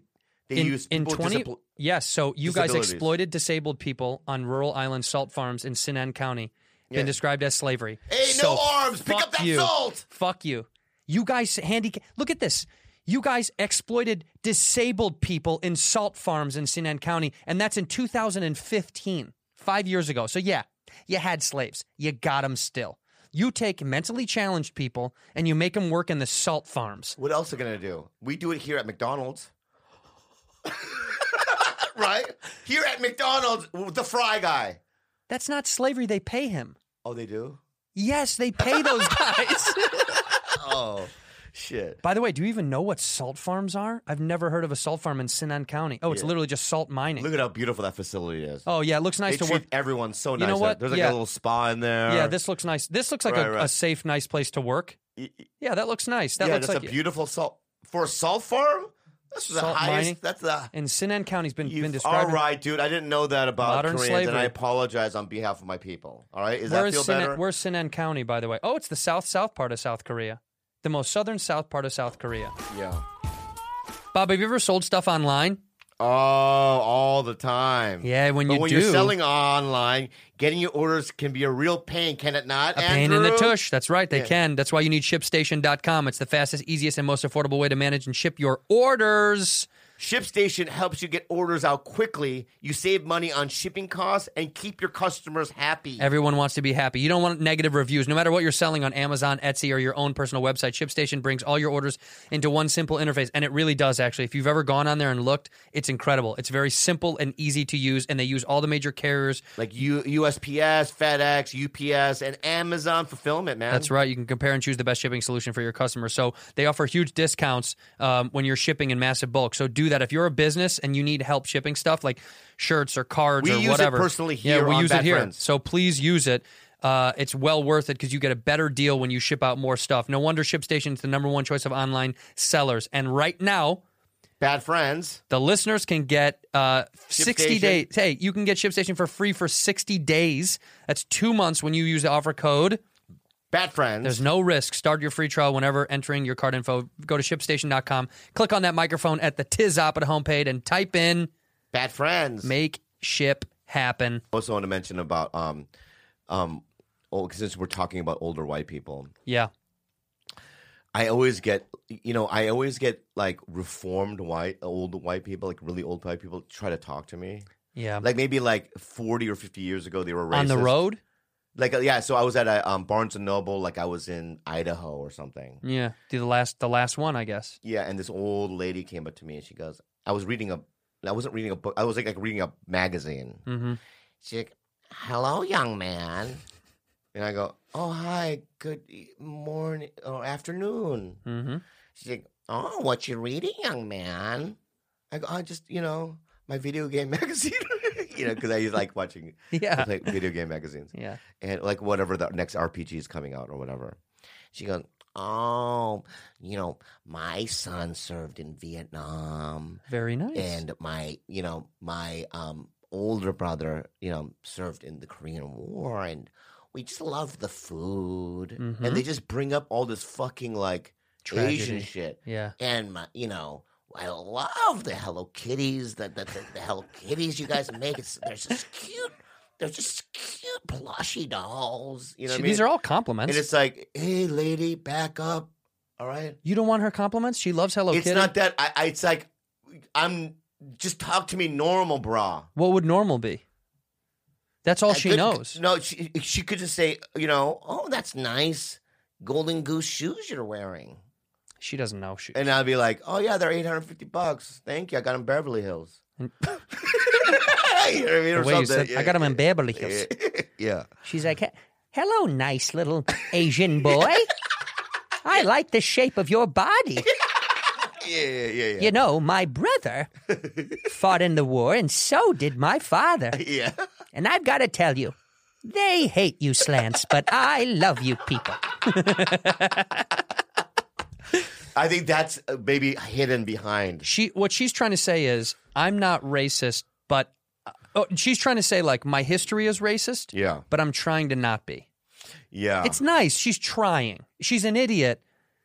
S3: they
S1: in,
S3: use
S1: in
S3: people
S1: 20
S3: disabl-
S1: yes so you guys
S3: disabilities.
S1: exploited disabled people on rural island salt farms in sinan county been
S3: Yeah.
S1: described as slavery
S3: Hey,
S1: So
S3: no arms! Pick
S1: fuck
S3: up that
S1: you.
S3: salt!
S1: fuck you you guys handicap look at this you guys exploited disabled people in salt farms in sinan county and that's in 2015 five years ago so yeah you had slaves you got them still you take mentally challenged people and you make them work in the salt farms
S3: What else are gonna do? We do it here at McDonald's, right? Here at McDonald's, with the fry guy.
S1: that's not slavery they pay him
S3: Oh, they do.
S1: Yes, they pay those guys.
S3: Oh, shit.
S1: By the way, do you even know what salt farms are? I've never heard of a salt farm in Sinan County. Oh, it's literally just salt mining.
S3: Look at how beautiful that facility is.
S1: oh yeah, it looks
S3: they
S1: nice to
S3: treat
S1: work.
S3: everyone so
S1: know
S3: nice.
S1: what?
S3: There's like
S1: Yeah.
S3: a little spa in there.
S1: Yeah, this looks nice. This looks like
S3: Right,
S1: a,
S3: right.
S1: a safe, nice place to work. Yeah, that looks nice. That
S3: yeah,
S1: looks
S3: that's
S1: like
S3: a beautiful salt for a salt farm. That's the
S1: Salt
S3: highest.
S1: mining?
S3: That's the
S1: and Sinan County's been
S3: You've-
S1: been described.
S3: All right, dude. I didn't know that about
S1: Modern
S3: Koreans, and
S1: slavery.
S3: I apologize on behalf of my people. All right, is
S1: Where
S3: that
S1: is
S3: feel better?
S1: Sinan, where's Sinan County, by the way? Oh, it's the south south part of South Korea, the most southern south part of South Korea.
S3: yeah.
S1: Bob, have you ever sold stuff online?
S3: Oh, all the time.
S1: Yeah, when
S3: but
S1: you
S3: when
S1: do,
S3: you're selling online, getting your orders can be a real pain, can it not?
S1: A pain in the
S3: Andrew?
S1: tush. That's right. They can. That's why you need shipstation.com. It's the fastest, easiest, and most affordable way to manage and ship your orders.
S3: ShipStation helps you get orders out quickly. You save money on shipping costs and keep your customers happy.
S1: Everyone wants to be happy. You don't want negative reviews. No matter what you're selling on Amazon, Etsy, or your own personal website, ShipStation brings all your orders into one simple interface. And it really does, actually. If you've ever gone on there and looked, it's incredible. It's very simple and easy to use. And they use all the major carriers
S3: like U- USPS, FedEx, UPS, and Amazon fulfillment, man.
S1: That's right. You can compare and choose the best shipping solution for your customers. So they offer huge discounts um, when you're shipping in massive bulk. So do that if you're a business and you need help shipping stuff like shirts or cards
S3: We
S1: or
S3: use it
S1: whatever.
S3: personally
S1: Yeah,
S3: here
S1: we
S3: on
S1: use it
S3: Bad
S1: here.
S3: Friends.
S1: So please use it. Uh, it's well worth it because you get a better deal when you ship out more stuff. No wonder ShipStation is the number one choice of online sellers. And right now,
S3: Bad friends.
S1: the listeners can get uh, 60
S3: ShipStation.
S1: days. Hey, you can get ShipStation for free for 60 days. That's two months when you use the offer code.
S3: Bad friends.
S1: There's no risk. Start your free trial whenever entering your card info. Go to shipstation.com, click on that microphone at the Tiz Opera homepage, and type in
S3: Bad friends.
S1: make ship happen.
S3: also want to mention about um um oh since we're talking about older white people
S1: Yeah.
S3: i always get you know i always get like reformed white old white people like really old white people try to talk to me
S1: Yeah.
S3: like maybe like 40 or 50 years ago they were racist
S1: On the road?
S3: Like uh, yeah, so I was at a um, Barnes and Noble, like I was in Idaho or something.
S1: Yeah, do the last the last one, I guess.
S3: Yeah, and this old lady came up to me and she goes, "I was reading a, I wasn't reading a book. I was like, like reading a magazine."
S1: Mm-hmm.
S2: She's like, hello, young man.
S3: And I go, "Oh hi, good e- morning or afternoon."
S1: Mm-hmm.
S3: She's like,
S2: Oh, what you reading, young man?
S3: "I go, I just you know my video game magazine." You know, because I like watching I
S1: Yeah.
S3: play video game magazines
S1: Yeah.
S3: and like whatever the next RPG is coming out or whatever.
S2: She goes, Oh, you know, my son served in Vietnam.
S1: Very nice.
S2: and my you know my um older brother you know served in the korean war and we just love the food
S1: Mhm.
S3: And they just bring up all this fucking like
S1: Tragedy.
S3: Asian shit.
S1: yeah.
S2: and my you know i love the hello kitties the, the, the, the hello kitties you guys make it's they're just cute they're just cute plushy dolls
S3: You know what I mean?
S1: These are all
S3: and
S1: compliments.
S3: it's like, hey, lady, back up. All right.
S1: you don't want her compliments? She loves Hello
S3: it's
S1: Kitty.
S3: not that. I, I. It's like, I'm just talk to me normal, brah.
S1: what would normal be? That's all
S3: I
S1: she
S3: couldn't-
S1: knows.
S3: No, she she could just say, you know, oh, that's nice.
S2: golden goose shoes you're wearing
S1: She doesn't know. She,
S3: And I'll be like, oh yeah, they're eight hundred fifty bucks. Thank you. I got them Beverly Hills. you know what I mean?
S1: the
S3: Or
S1: way you
S3: something.
S1: said, I got him in Beverly Hills.
S3: Yeah. yeah.
S1: She's like, "He- "Hello, nice little Asian boy. I like the shape of your body.
S3: Yeah. Yeah. Yeah. yeah.
S1: You know, my brother fought in the war, and so did my father.
S3: Yeah.
S1: And I've got to tell you, they hate you slants, but I love you people.
S3: I think that's uh, maybe hidden behind.
S1: She, what she's trying to say is, I'm not racist, but oh, she's trying to say like my history is racist,
S3: Yeah. Ah.
S1: but I'm trying to not be.
S3: Yeah.
S1: It's nice. She's trying. She's an idiot,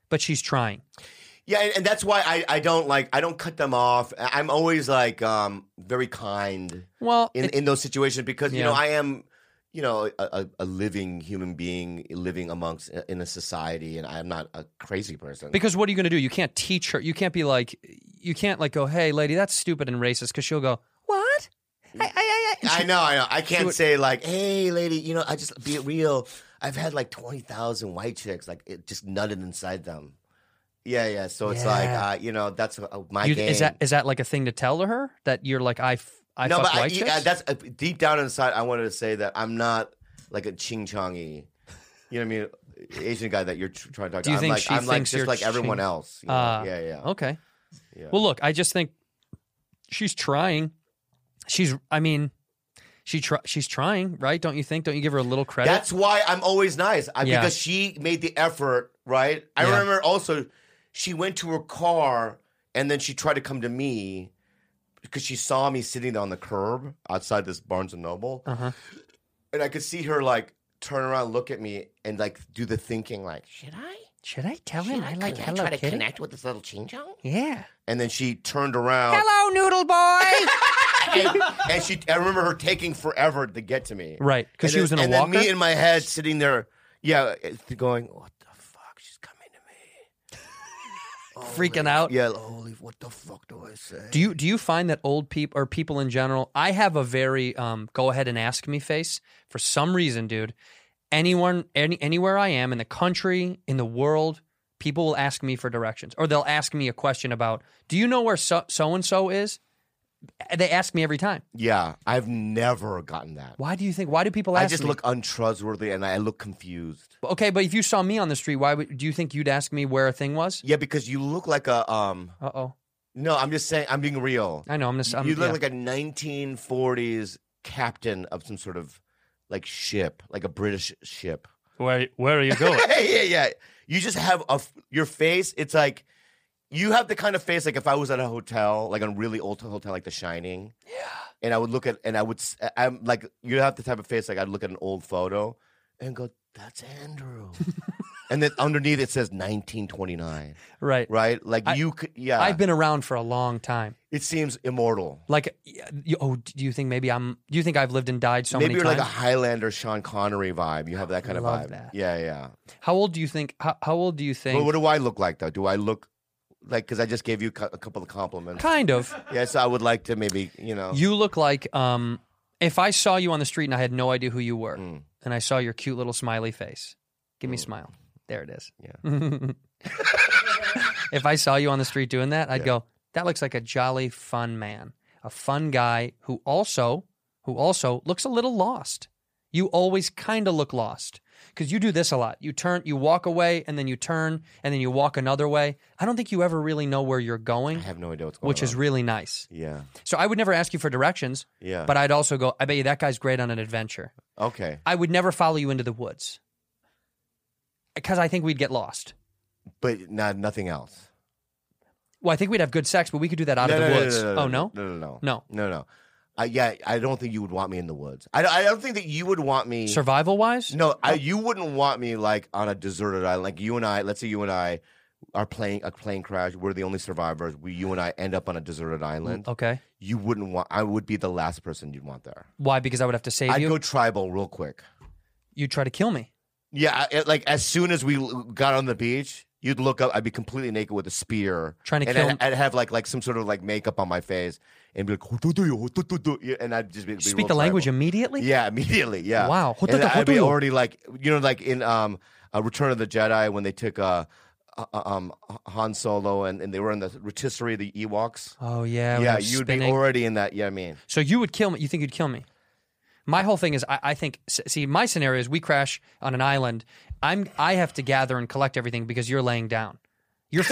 S1: but she's trying.
S3: yeah, and, and that's why I, I don't like I don't cut them off. I- I'm always like um very kind
S1: Well,
S3: in,
S1: it-
S3: in those situations because you know
S1: Yeah.
S3: I am you know a, a, a living human being living amongst uh, in a society and I'm not a crazy person.
S1: Because what are you going to do? You can't teach her. You can't be like, you can't like go, hey, lady, that's stupid and racist, because she'll go, what? I, I, I, I.
S3: I know, I know. I
S1: she
S3: can't
S1: would-
S3: say like, "Hey, lady, you know, I just be real. I've had like twenty thousand white chicks, like it just nutted inside them." Yeah, yeah. So it's
S1: Yeah.
S3: like, uh, you know, that's uh, my
S1: You-
S3: game.
S1: is that is that like a thing to tell to her that you're like I, f- I
S3: no,
S1: fuck
S3: but I,
S1: white
S3: yeah,
S1: chicks?
S3: that's uh, deep down inside. I wanted to say that I'm not like a ching chongy, you know what I mean, Asian guy that you're tr- trying to talk
S1: Do you
S3: to.
S1: think
S3: I'm like,
S1: she
S3: I'm like
S1: thinks you're
S3: just like everyone
S1: Ching-
S3: else. you know?
S1: Ah,
S3: yeah, yeah.
S1: okay.
S3: Yeah.
S1: Well, look, I just think she's trying. She's, I mean, she try, she's trying, right? Don't you think? Don't you give her a little credit?
S3: That's why I'm always nice I,
S1: Yeah.
S3: because she made the effort, right? I
S1: Yeah.
S3: remember also she went to her car and then she tried to come to me because she saw me sitting on the curb outside this Barnes and Noble,
S1: uh-huh.
S3: and I could see her like turn around, look at me, and like do the thinking, like,
S2: should i
S1: Should I tell
S2: should
S1: him
S2: i,
S1: I like
S2: can I
S1: Hello
S2: try to
S1: Kitty?
S2: connect with this little ching chong
S1: Yeah.
S3: and then she turned around.
S1: Hello, noodle boy.
S3: and, and she I remember her taking forever to get to me.
S1: right, because
S3: And
S1: she
S3: then-
S1: was in a
S3: and
S1: walker.
S3: Then me in my head sitting there, yeah, going, what the fuck? She's coming to me.
S1: freaking out.
S3: Yeah, holy, what the fuck do I say?
S1: Do you do you find that old people or people in general? I have a very um, go ahead and ask me face for some reason, dude. Anyone, any, anywhere I am in the country, in the world, people will ask me for directions, or they'll ask me a question about, "Do you know where so and so is?" They ask me every time.
S3: yeah, I've never gotten that.
S1: Why do you think? Why do people ask?
S3: I just
S1: me?
S3: look untrustworthy and I look confused.
S1: okay, but if you saw me on the street, why would do you think you'd ask me where a thing was?
S3: Yeah, because you look like a um.
S1: Uh oh,
S3: No, I'm just saying. I'm being real.
S1: I know I'm just. I'm,
S3: you look
S1: um, yeah.
S3: like a 1940s captain of some sort of like ship, like a British ship.
S6: Where, where are you going?
S3: yeah, yeah, yeah. You just have a f- your face. It's like you have the kind of face like if I was at a hotel, like a really old hotel, like The Shining. Yeah. And I would look at, and I would, s- I'm like, you have the type of face like I'd look at an old photo and go, "That's Andrew," and then underneath it says 1929,
S1: right.
S3: right? Like
S1: I-
S3: you could, yeah.
S1: I've been around for a long time.
S3: it seems immortal.
S1: Like, yeah, you, oh, do you think maybe I'm? Do you think I've lived and died so
S3: Maybe
S1: many
S3: you're
S1: times?
S3: like a Highlander Sean Connery vibe. You have that kind of
S1: Love
S3: vibe.
S1: that.
S3: Yeah, yeah.
S1: how old do you think? How, how old do you think?
S3: But what do I look like though? Do I look like because I just gave you cou- a couple of compliments?
S1: kind of.
S3: Yes, I would like to maybe, you know.
S1: You look like um, if I saw you on the street and I had no idea who you were,
S3: Mm.
S1: and I saw your cute little smiley face. Give me a smile. There it is. if I saw you on the street doing that, I'd go, that looks like a jolly fun man, a fun guy who also who also looks a little lost. You always kind of look lost cuz you do this a lot. You turn, you walk away and then you turn and then you walk another way. I don't think you ever really know where you're going,
S3: I have no idea what's going on.
S1: which is really nice.
S3: yeah,
S1: So I would never ask you for directions,
S3: yeah.
S1: but I'd also go, I bet you that guy's great on an adventure.
S3: okay,
S1: I would never follow you into the woods because I think we'd get lost.
S3: but not nothing else.
S1: Well, I think we'd have good sex, but we could do that out of the woods.
S3: No, no,
S1: oh no?
S3: no, no, no,
S1: No.
S3: no, no. I, yeah, I don't think you would want me in the woods. I, I don't think that you would want me.
S1: Survival wise?
S3: No, I, you wouldn't want me like on a deserted island. Like you and I, let's say you and I are playing a plane crash. We're the only survivors. We, you and I, end up on a deserted island.
S1: Okay.
S3: You wouldn't want. I would be the last person you'd want there.
S1: Why? Because I would have to save
S3: I'd
S1: you.
S3: go tribal real quick.
S1: You'd try to kill me.
S3: Yeah, I- it- like as soon as we l- got on the beach, you'd look up. I'd be completely naked with a spear,
S1: Trying to
S3: and
S1: kill-
S3: I'd, I'd have like like some sort of like makeup on my face, and be like, "What to do, what to do?" Yeah, and I'd just be, be
S1: Speak
S3: real
S1: the language
S3: tribal.
S1: immediately?
S3: Yeah, immediately. Yeah.
S1: Wow. What
S3: And
S1: the- what
S3: I'd
S1: do
S3: be
S1: you-
S3: already like you know like in um uh, Return of the Jedi when they took uh, uh um Han Solo and, and they were in the rotisserie the Ewoks.
S1: Oh yeah. when
S3: yeah,
S1: I'm
S3: you'd be
S1: spinning.
S3: already in that. Yeah, I mean,
S1: So you would kill me. You think you'd kill me? My whole thing is, I, I think. s- See, my scenario is we crash on an island. I'm. I have to gather and collect everything because you're laying down. You're.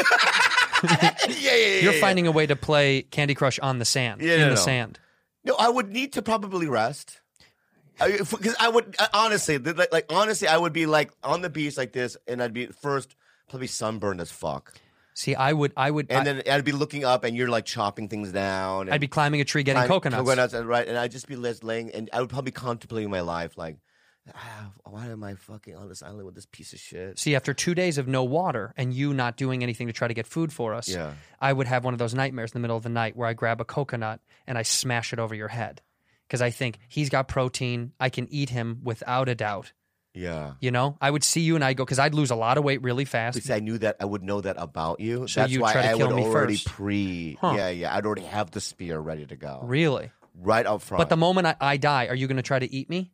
S3: yeah, yeah, yeah.
S1: you're
S3: yeah.
S1: finding a way to play Candy Crush on the sand.
S3: Yeah,
S1: in
S3: no,
S1: the
S3: no.
S1: sand.
S3: No, I would need to probably rest. Because I would I- honestly, th- like, like honestly, I would be like on the beach like this, and I'd be first probably sunburned as fuck,
S1: See, I would. I would.
S3: and
S1: I,
S3: then I'd be looking up, and you're like chopping things down. And
S1: I'd be climbing a tree getting
S3: climbing-
S1: coconuts.
S3: and- right? And I'd just be just laying, and I would probably contemplating my life, like, ah, why am I fucking on this island with this piece of shit?
S1: See, after two days of no water and you not doing anything to try to get food for us,
S3: Yeah.
S1: I would have one of those nightmares in the middle of the night where I grab a coconut and I smash it over your head because I think he's got protein. I can eat him without a doubt.
S3: Yeah,
S1: You know, I would see you and I go because I'd lose a lot of weight really
S3: But
S1: fast.
S3: see, I knew that I would know that about you.
S1: So
S3: That's
S1: you'd
S3: why
S1: try to
S3: I
S1: kill
S3: would
S1: me
S3: already
S1: first.
S3: pre.
S1: Huh.
S3: Yeah, yeah. I'd already have the spear ready to go,
S1: Really?
S3: right up front.
S1: But the moment I, I die, are you going to try to eat me?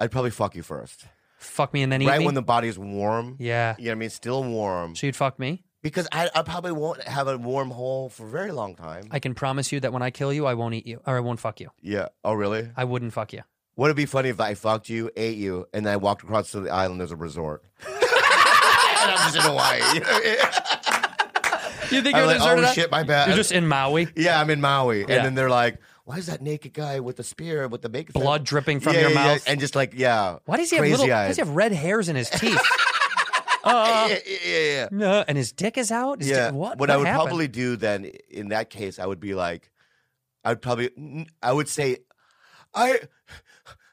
S3: I'd probably fuck you first.
S1: Fuck me and then eat
S3: right
S1: me?
S3: when the body is warm.
S1: yeah.
S3: You know what I mean? Still warm.
S1: So you'd fuck me?
S3: Because I, I probably won't have a warm hole for a very long time.
S1: I can promise you that when I kill you, I won't eat you or I won't fuck you.
S3: yeah. Oh, really?
S1: I wouldn't fuck you.
S3: Would it be funny if I fucked you, ate you, and I walked across to the island as a resort? and I'm just in Hawaii. You know what I mean?
S1: You think
S3: I'm
S1: you're
S3: like,
S1: deserted?
S3: oh, shit, my bad.
S1: You're just in Maui,
S3: yeah, I'm in Maui.
S1: Yeah.
S3: And then they're like, why is that naked guy with the spear, with the bacon?
S1: blood dripping from
S3: Yeah,
S1: your
S3: yeah, yeah.
S1: mouth.
S3: And just like, yeah.
S1: Why does he have
S3: crazy
S1: little? Why
S3: eyes.
S1: does he have red hairs in his teeth? uh,
S3: yeah, yeah, yeah, yeah.
S1: no, and his dick is out. His
S3: yeah.
S1: dick- what?
S3: I would
S1: happened?
S3: probably do then in that case, I would be like, I would probably, n- I would say, I,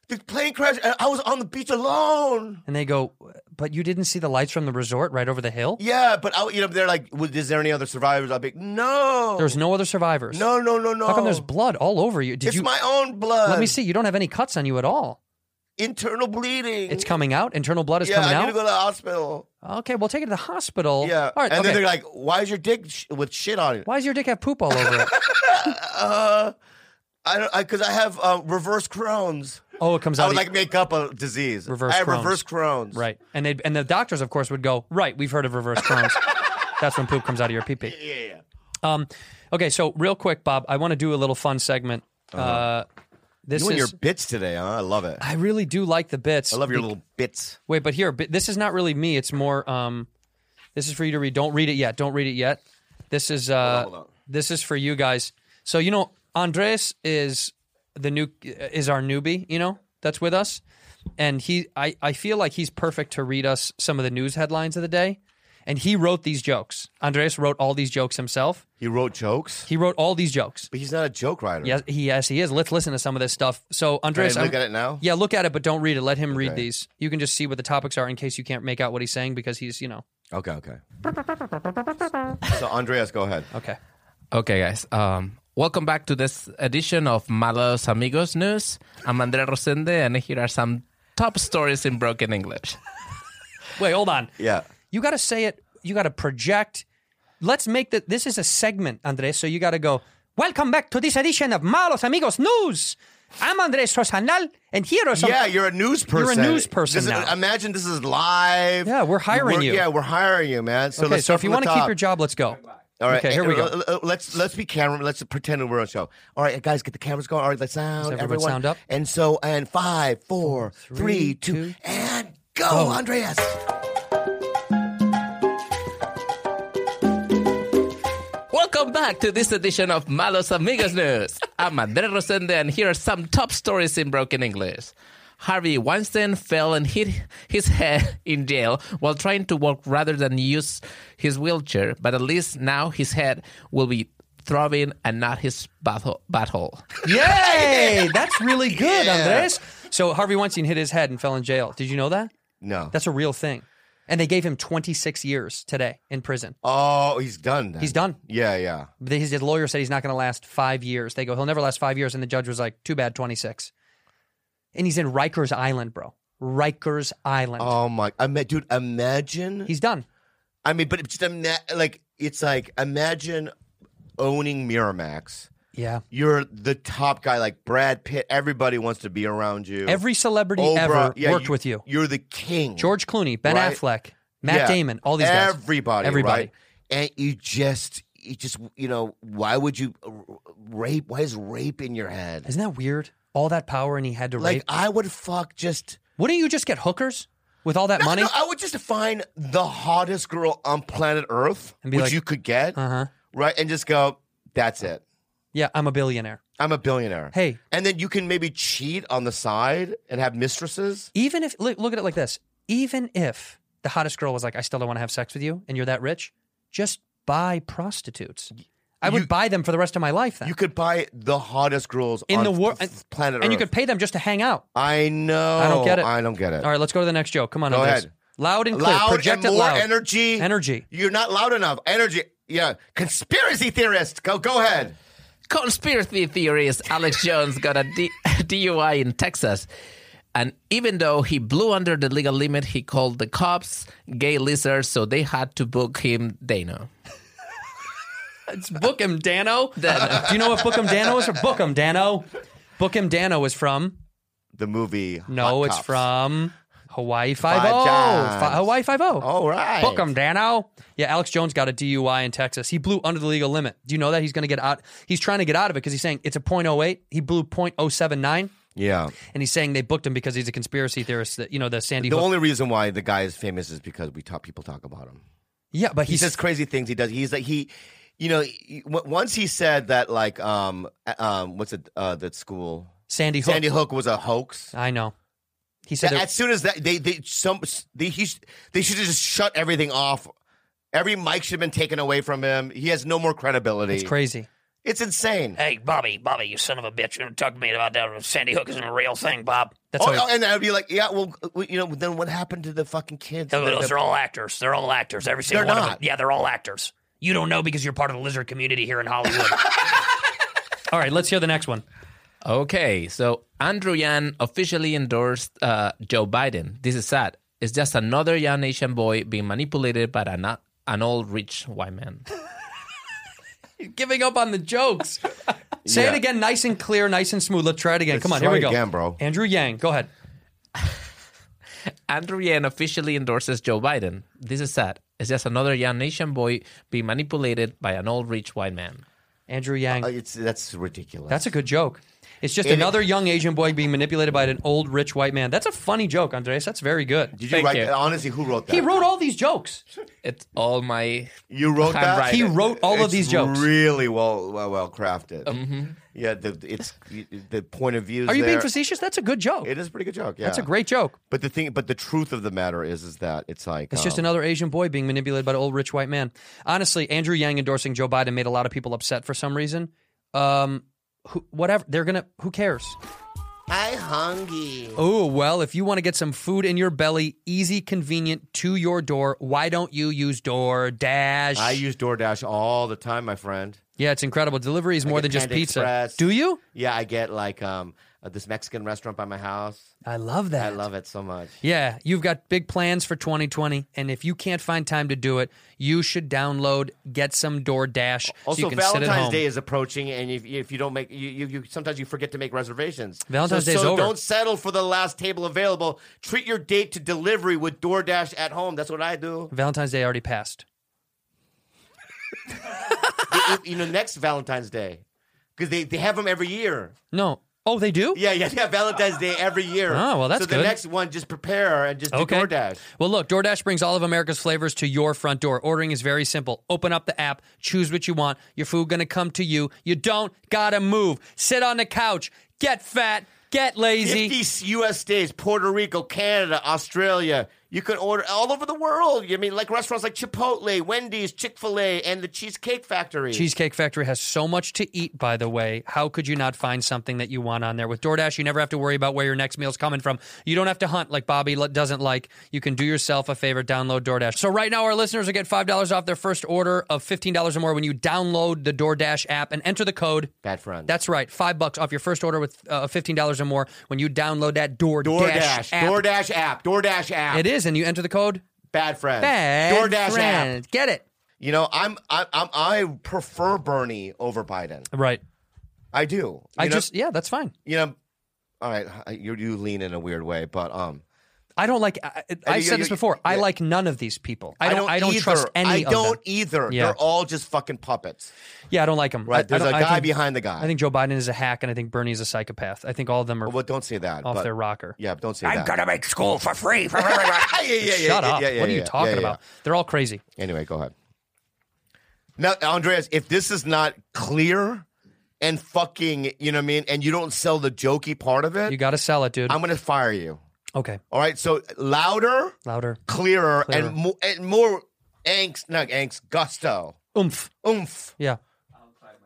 S3: the plane crash, and I was on the beach alone.
S1: And they go, but you didn't see the lights from the resort right over the hill.
S3: Yeah, but I, you know, they're like, "Well, is there any other survivors? I'd be like, no.
S1: There's no other survivors.
S3: no, no, no, no.
S1: How come there's blood all over you? Did
S3: it's
S1: you?
S3: my own blood.
S1: let me see. You don't have any cuts on you at all.
S3: Internal bleeding.
S1: It's coming out. Internal blood is
S3: Mm. yeah,
S1: coming
S3: I need
S1: out.
S3: to go to the hospital.
S1: okay, well, take it to the hospital.
S3: Yeah.
S1: All right.
S3: and
S1: okay.
S3: then they're like, why is your dick sh- with shit on it?
S1: Why does your dick have poop all over it?
S3: Uh, I don't, because I, have uh, reverse Crohn's.
S1: Oh, it comes
S3: I
S1: out.
S3: would
S1: of-
S3: like make up a disease.
S1: Reverse
S3: I have
S1: Crohn's.
S3: reverse Crohn's.
S1: right. And they and the doctors, of course, would go. Right. We've heard of reverse Crohn's. That's when poop comes out of your pee pee.
S3: Yeah, yeah.
S1: Um, okay, so real quick, Bob, I want to do a little fun segment. uh this
S3: Uh-huh. You
S1: is
S3: and your bits today, huh? I love it.
S1: I really do like the bits.
S3: I love your
S1: Be-
S3: little bits.
S1: Wait, but here, but this is not really me. It's more. Um, this is for you to read. Don't read it yet. Don't read it yet. This is. Uh,
S3: hold on.
S1: This is for you guys. So you know, Andres is the new is our newbie. You know, that's with us, and he. I I feel like he's perfect to read us some of the news headlines of the day. And he wrote these jokes. Andres wrote all these jokes himself.
S3: He wrote jokes,
S1: He wrote all these jokes.
S3: but he's not a joke writer.
S1: Yes, he yes he is. Let's listen to some of this stuff. So Andres,
S3: Can I look
S1: I'm-
S3: at it now?
S1: Yeah, look at it, but don't read it. Let him read
S3: Okay.
S1: these. You can just see what the topics are in case you can't make out what he's saying because he's you know
S3: Okay, okay. so Andreas, go ahead.
S1: okay.
S7: Okay, guys. Um, welcome back to this edition of Malos Amigos News. I'm Andrea Rosende, and here are some top stories in broken English.
S1: Wait, hold on.
S3: Yeah.
S1: You got to say it. You got to project. Let's make that. This is a segment, Andres. So you got to go. Welcome back to this edition of Malos Amigos News. I'm Andres Rosanal, and here are some.
S3: Yeah, you're a news
S1: You're a
S3: person.
S1: news person
S3: This is-
S1: now.
S3: imagine this is live.
S1: Yeah, we're hiring
S3: We're-
S1: you.
S3: Yeah, we're hiring you, man. So
S1: okay,
S3: let's
S1: so
S3: start
S1: if you
S3: from
S1: want
S3: the
S1: to keep
S3: top.
S1: your job, let's go.
S3: All right.
S1: Okay, here we
S3: Uh,
S1: go.
S3: uh, uh, Let's let's be camera. Let's pretend we're on a show. All right, guys, get the cameras going. All right, let's sound.
S1: everyone
S3: everyone
S1: sound up?
S3: And so and five, four, three, two,
S1: two,
S3: and go, Andreas.
S7: Welcome back to this edition of Malos Amigos News. I'm Andre Rosende, and here are some top stories in broken English. Harvey Weinstein fell and hit his head in jail while trying to walk rather than use his wheelchair, but at least now his head will be throbbing and not his butthole. butthole.
S1: Yay! That's really good, Andres. So Harvey Weinstein hit his head and fell in jail. Did you know that?
S3: No.
S1: That's a real thing. And they gave him 26 years today in prison.
S3: oh, he's done. Then.
S1: He's done.
S3: Yeah, yeah.
S1: But His, his lawyer said he's not going to last five years. They go, he'll never last five years. And the judge was like, too bad, 26. And he's in Rikers Island, bro. Rikers Island.
S3: Oh my, I mean, dude, imagine.
S1: He's done.
S3: I mean, but just ima- like it's like imagine owning Miramax.
S1: Yeah.
S3: You're the top guy, like Brad Pitt. Everybody wants to be around you.
S1: Every celebrity
S3: Oprah,
S1: ever
S3: Oh, yeah,
S1: worked with you.
S3: You're the king.
S1: George Clooney, Ben
S3: Right.
S1: Affleck, Matt
S3: Yeah.
S1: Damon, all these guys.
S3: Everybody,
S1: Everybody.
S3: right? And you just, you just, you know, why would you uh, r- rape? Why is rape in your head?
S1: Isn't that weird? All that power and he had to
S3: like
S1: rape.
S3: I would fuck just
S1: Wouldn't you just get hookers with all that
S3: No,
S1: money?
S3: no, I would just find the hottest girl on planet Earth,
S1: And
S3: which
S1: be like,
S3: you could get,
S1: Uh-huh.
S3: right? And just go, that's it.
S1: Yeah, I'm a billionaire.
S3: I'm a billionaire.
S1: Hey.
S3: and then you can maybe cheat on the side and have mistresses.
S1: Even if look, look at it like this. Even if the hottest girl was like, I still don't want to have sex with you and you're that rich, just buy prostitutes. I would
S3: You-
S1: buy them for the rest of my life then.
S3: You could buy the hottest girls
S1: in
S3: on
S1: the world
S3: p- planet
S1: And you
S3: Earth.
S1: could pay them just to hang out.
S3: I know.
S1: I don't get it.
S3: I don't get it.
S1: All right, let's go to the next joke. Come on,
S3: Go
S1: Andres.
S3: ahead.
S1: Loud and clear.
S3: loud
S1: Project
S3: and
S1: it
S3: more
S1: loud.
S3: energy.
S1: Energy.
S3: You're not loud enough. Energy. Yeah. Conspiracy theorist. Go go ahead.
S7: Conspiracy theorist Alex Jones got a D- DUI in Texas. And even though he blew under the legal limit, he called the cops gay lizards, so they had to book him Dano.
S1: It's Book 'em Dano. uh, Do you know what Book 'em Dano is? Or Book 'em Dano. Book 'em Dano is from
S3: The movie.
S1: No,
S3: Hot
S1: it's
S3: Tops.
S1: from Hawaii Five
S3: Five Oh,
S1: O.
S3: Jobs.
S1: Hawaii Five Oh. O.
S3: All right.
S1: Book 'em, Dano. Yeah, Alex Jones got a DUI in Texas. He blew under the legal limit. Do you know that he's going to get out? He's trying to get out of it because he's saying it's a .08. He blew .079,
S3: Yeah.
S1: and he's saying they booked him because he's a conspiracy theorist. That you know the Sandy
S3: The
S1: Hook.
S3: only reason why the guy is famous is because we talk people talk about him.
S1: yeah, but
S3: He
S1: he's
S3: says crazy things. He does. He's like he, you know, he- w- once he said that like um uh, um what's it uh that school
S1: Sandy Hook.
S3: Sandy Hook was a hoax.
S1: I know. He said
S3: as soon as that they they some they he, sh- they should have just shut everything off. Every mic should have been taken away from him. He has no more credibility.
S1: it's crazy.
S3: It's insane.
S2: Hey, Bobby, Bobby, you son of a bitch. You're going to talk to me about that. Sandy Hook isn't a real thing, Bob.
S1: That's
S3: Oh,
S1: how.
S3: oh, and I'd be like, yeah, well, uh, well, you know, then what happened to the fucking kids?
S2: Those,
S3: The-
S2: those
S3: the-
S2: are all actors. They're all actors. Every single
S3: They're
S2: one
S3: not.
S2: of them. Yeah, they're all actors. You don't know because you're part of the lizard community here in Hollywood.
S1: All right, let's hear the next one.
S7: Okay, so Andrew Yan officially endorsed uh, Joe Biden. This is sad. It's just another young Asian boy being manipulated by an, an old rich white man.
S1: giving up on the jokes. Say it
S3: Yeah.
S1: again, nice and clear, nice and smooth. Let's try it again.
S3: Let's
S1: Come on,
S3: try
S1: here we
S3: it
S1: go,
S3: again, bro.
S1: Andrew Yang, go ahead.
S7: Andrew Yan officially endorses Joe Biden. This is sad. It's just another young Asian boy being manipulated by an old rich white man.
S1: Andrew Yang,
S3: Uh, it's that's ridiculous.
S1: that's a good joke. It's just
S3: It-
S1: another young Asian boy being manipulated by an old rich white man. That's a funny joke, Andres. That's very good.
S3: Did you
S7: Thank
S3: write
S7: you.
S3: that? Honestly, who wrote that?
S1: He wrote all these jokes.
S7: It's all my.
S3: You wrote that.
S7: Handwriting.
S1: He wrote all of
S3: It's
S1: these jokes.
S3: Really well, well, well crafted. Yeah, the, it's the point of view.
S1: Are you being facetious? That's a good joke.
S3: It is a pretty good joke. Yeah,
S1: That's a great joke.
S3: But the thing, but the truth of the matter is, is that it's like
S1: It's just
S3: um,
S1: another Asian boy being manipulated by an old rich white man. Honestly, Andrew Yang endorsing Joe Biden made a lot of people upset for some reason. Um, who, whatever. They're gonna. Who cares?
S2: I hungry.
S1: Oh, well, if you want to get some food in your belly, easy, convenient, to your door, why don't you use DoorDash?
S3: um, I use DoorDash all the time, my friend.
S1: yeah, it's incredible. Delivery is more
S3: get
S1: than just
S3: Panda
S1: pizza.
S3: Express.
S1: Do you?
S3: Yeah, I get like um, at this Mexican restaurant by my house.
S1: I love that.
S3: I love it so much.
S1: Yeah, you've got big plans for 2020, and if you can't find time to do it, you should download, get some DoorDash, so
S3: Also,
S1: you can sit at
S3: Valentine's
S1: home.
S3: Day is approaching, and if, if you don't make, you, you, you sometimes you forget to make reservations.
S1: Valentine's
S3: so,
S1: Day's
S3: so
S1: over.
S3: Don't settle for the last table available. Treat your date to delivery with DoorDash at home. That's what I do.
S1: Valentine's Day already passed.
S3: you, you know, next Valentine's Day, because they, they have them every year.
S1: No. Oh, they do.
S3: Yeah, yeah, yeah. Valentine's Day every year.
S1: Oh, well, that's
S3: so the
S1: good.
S3: next one, just prepare and just do
S1: Okay.
S3: DoorDash.
S1: Well, look, DoorDash brings all of America's flavors to your front door. Ordering is very simple. Open up the app, choose what you want. Your food going to come to you. You don't got to move. Sit on the couch, get fat, get lazy.
S3: 50 U.S. states, Puerto Rico, Canada, Australia. You can order all over the world. I mean, like restaurants like Chipotle, Wendy's, Chick Fil A, and the Cheesecake Factory.
S1: Cheesecake Factory has so much to eat, by the way. How could you not find something that you want on there? With DoorDash, you never have to worry about where your next meal's coming from. You don't have to hunt like Bobby lo- doesn't like. You can do yourself a favor, download DoorDash. So, right now, our listeners will get $5 off their first order of $15 or more when you download the DoorDash app and enter the code.
S3: Bad friend.
S1: That's right, five bucks off your first order with uh, $15 or more when you download that DoorDash,
S3: DoorDash.
S1: app.
S3: DoorDash app. DoorDash app.
S1: It is, and you enter the code
S3: Bad friend.
S1: BAD
S3: DoorDash app.
S1: friend. Get it.
S3: You know, I'm, I, I'm I prefer Bernie over Biden.
S1: Right.
S3: I do. You
S1: I
S3: know-
S1: just, yeah, that's fine.
S3: you know, all right, I- you you lean in a weird way, but um,
S1: I don't like. I, I
S3: you-
S1: said
S3: you-
S1: this before. I
S3: yeah.
S1: like none of these people. I don't. I don't,
S3: either.
S1: trust any.
S3: I
S1: of
S3: don't
S1: Them.
S3: either.
S1: Yeah.
S3: They're all just fucking puppets.
S1: Yeah, I don't like them.
S3: Right?
S1: I,
S3: There's
S1: I
S3: a
S1: don't- I
S3: guy
S1: think-
S3: behind the guy.
S1: I think Joe Biden is a hack, and I think Bernie is a psychopath. I think all of them are
S3: Well, don't say that.
S1: off
S3: but-
S1: their rocker.
S3: Yeah, don't say that.
S2: make school for free.
S3: yeah, yeah, yeah, yeah,
S1: Shut
S3: yeah,
S1: up!
S3: yeah, yeah,
S1: what are
S3: yeah,
S1: you
S3: yeah,
S1: talking
S3: yeah, yeah.
S1: about? They're all crazy.
S3: Anyway, go ahead. Now, Andreas, if this is not clear and fucking, you know what I mean, and you don't sell the jokey part of
S1: You
S3: it,
S1: got to sell it, dude.
S3: I'm gonna fire you.
S1: okay,
S3: All right, so louder,
S1: louder.
S3: clearer,
S1: Clearer.
S3: and more and more angst, not angst, gusto,
S1: Oomph.
S3: oomph.
S1: Yeah.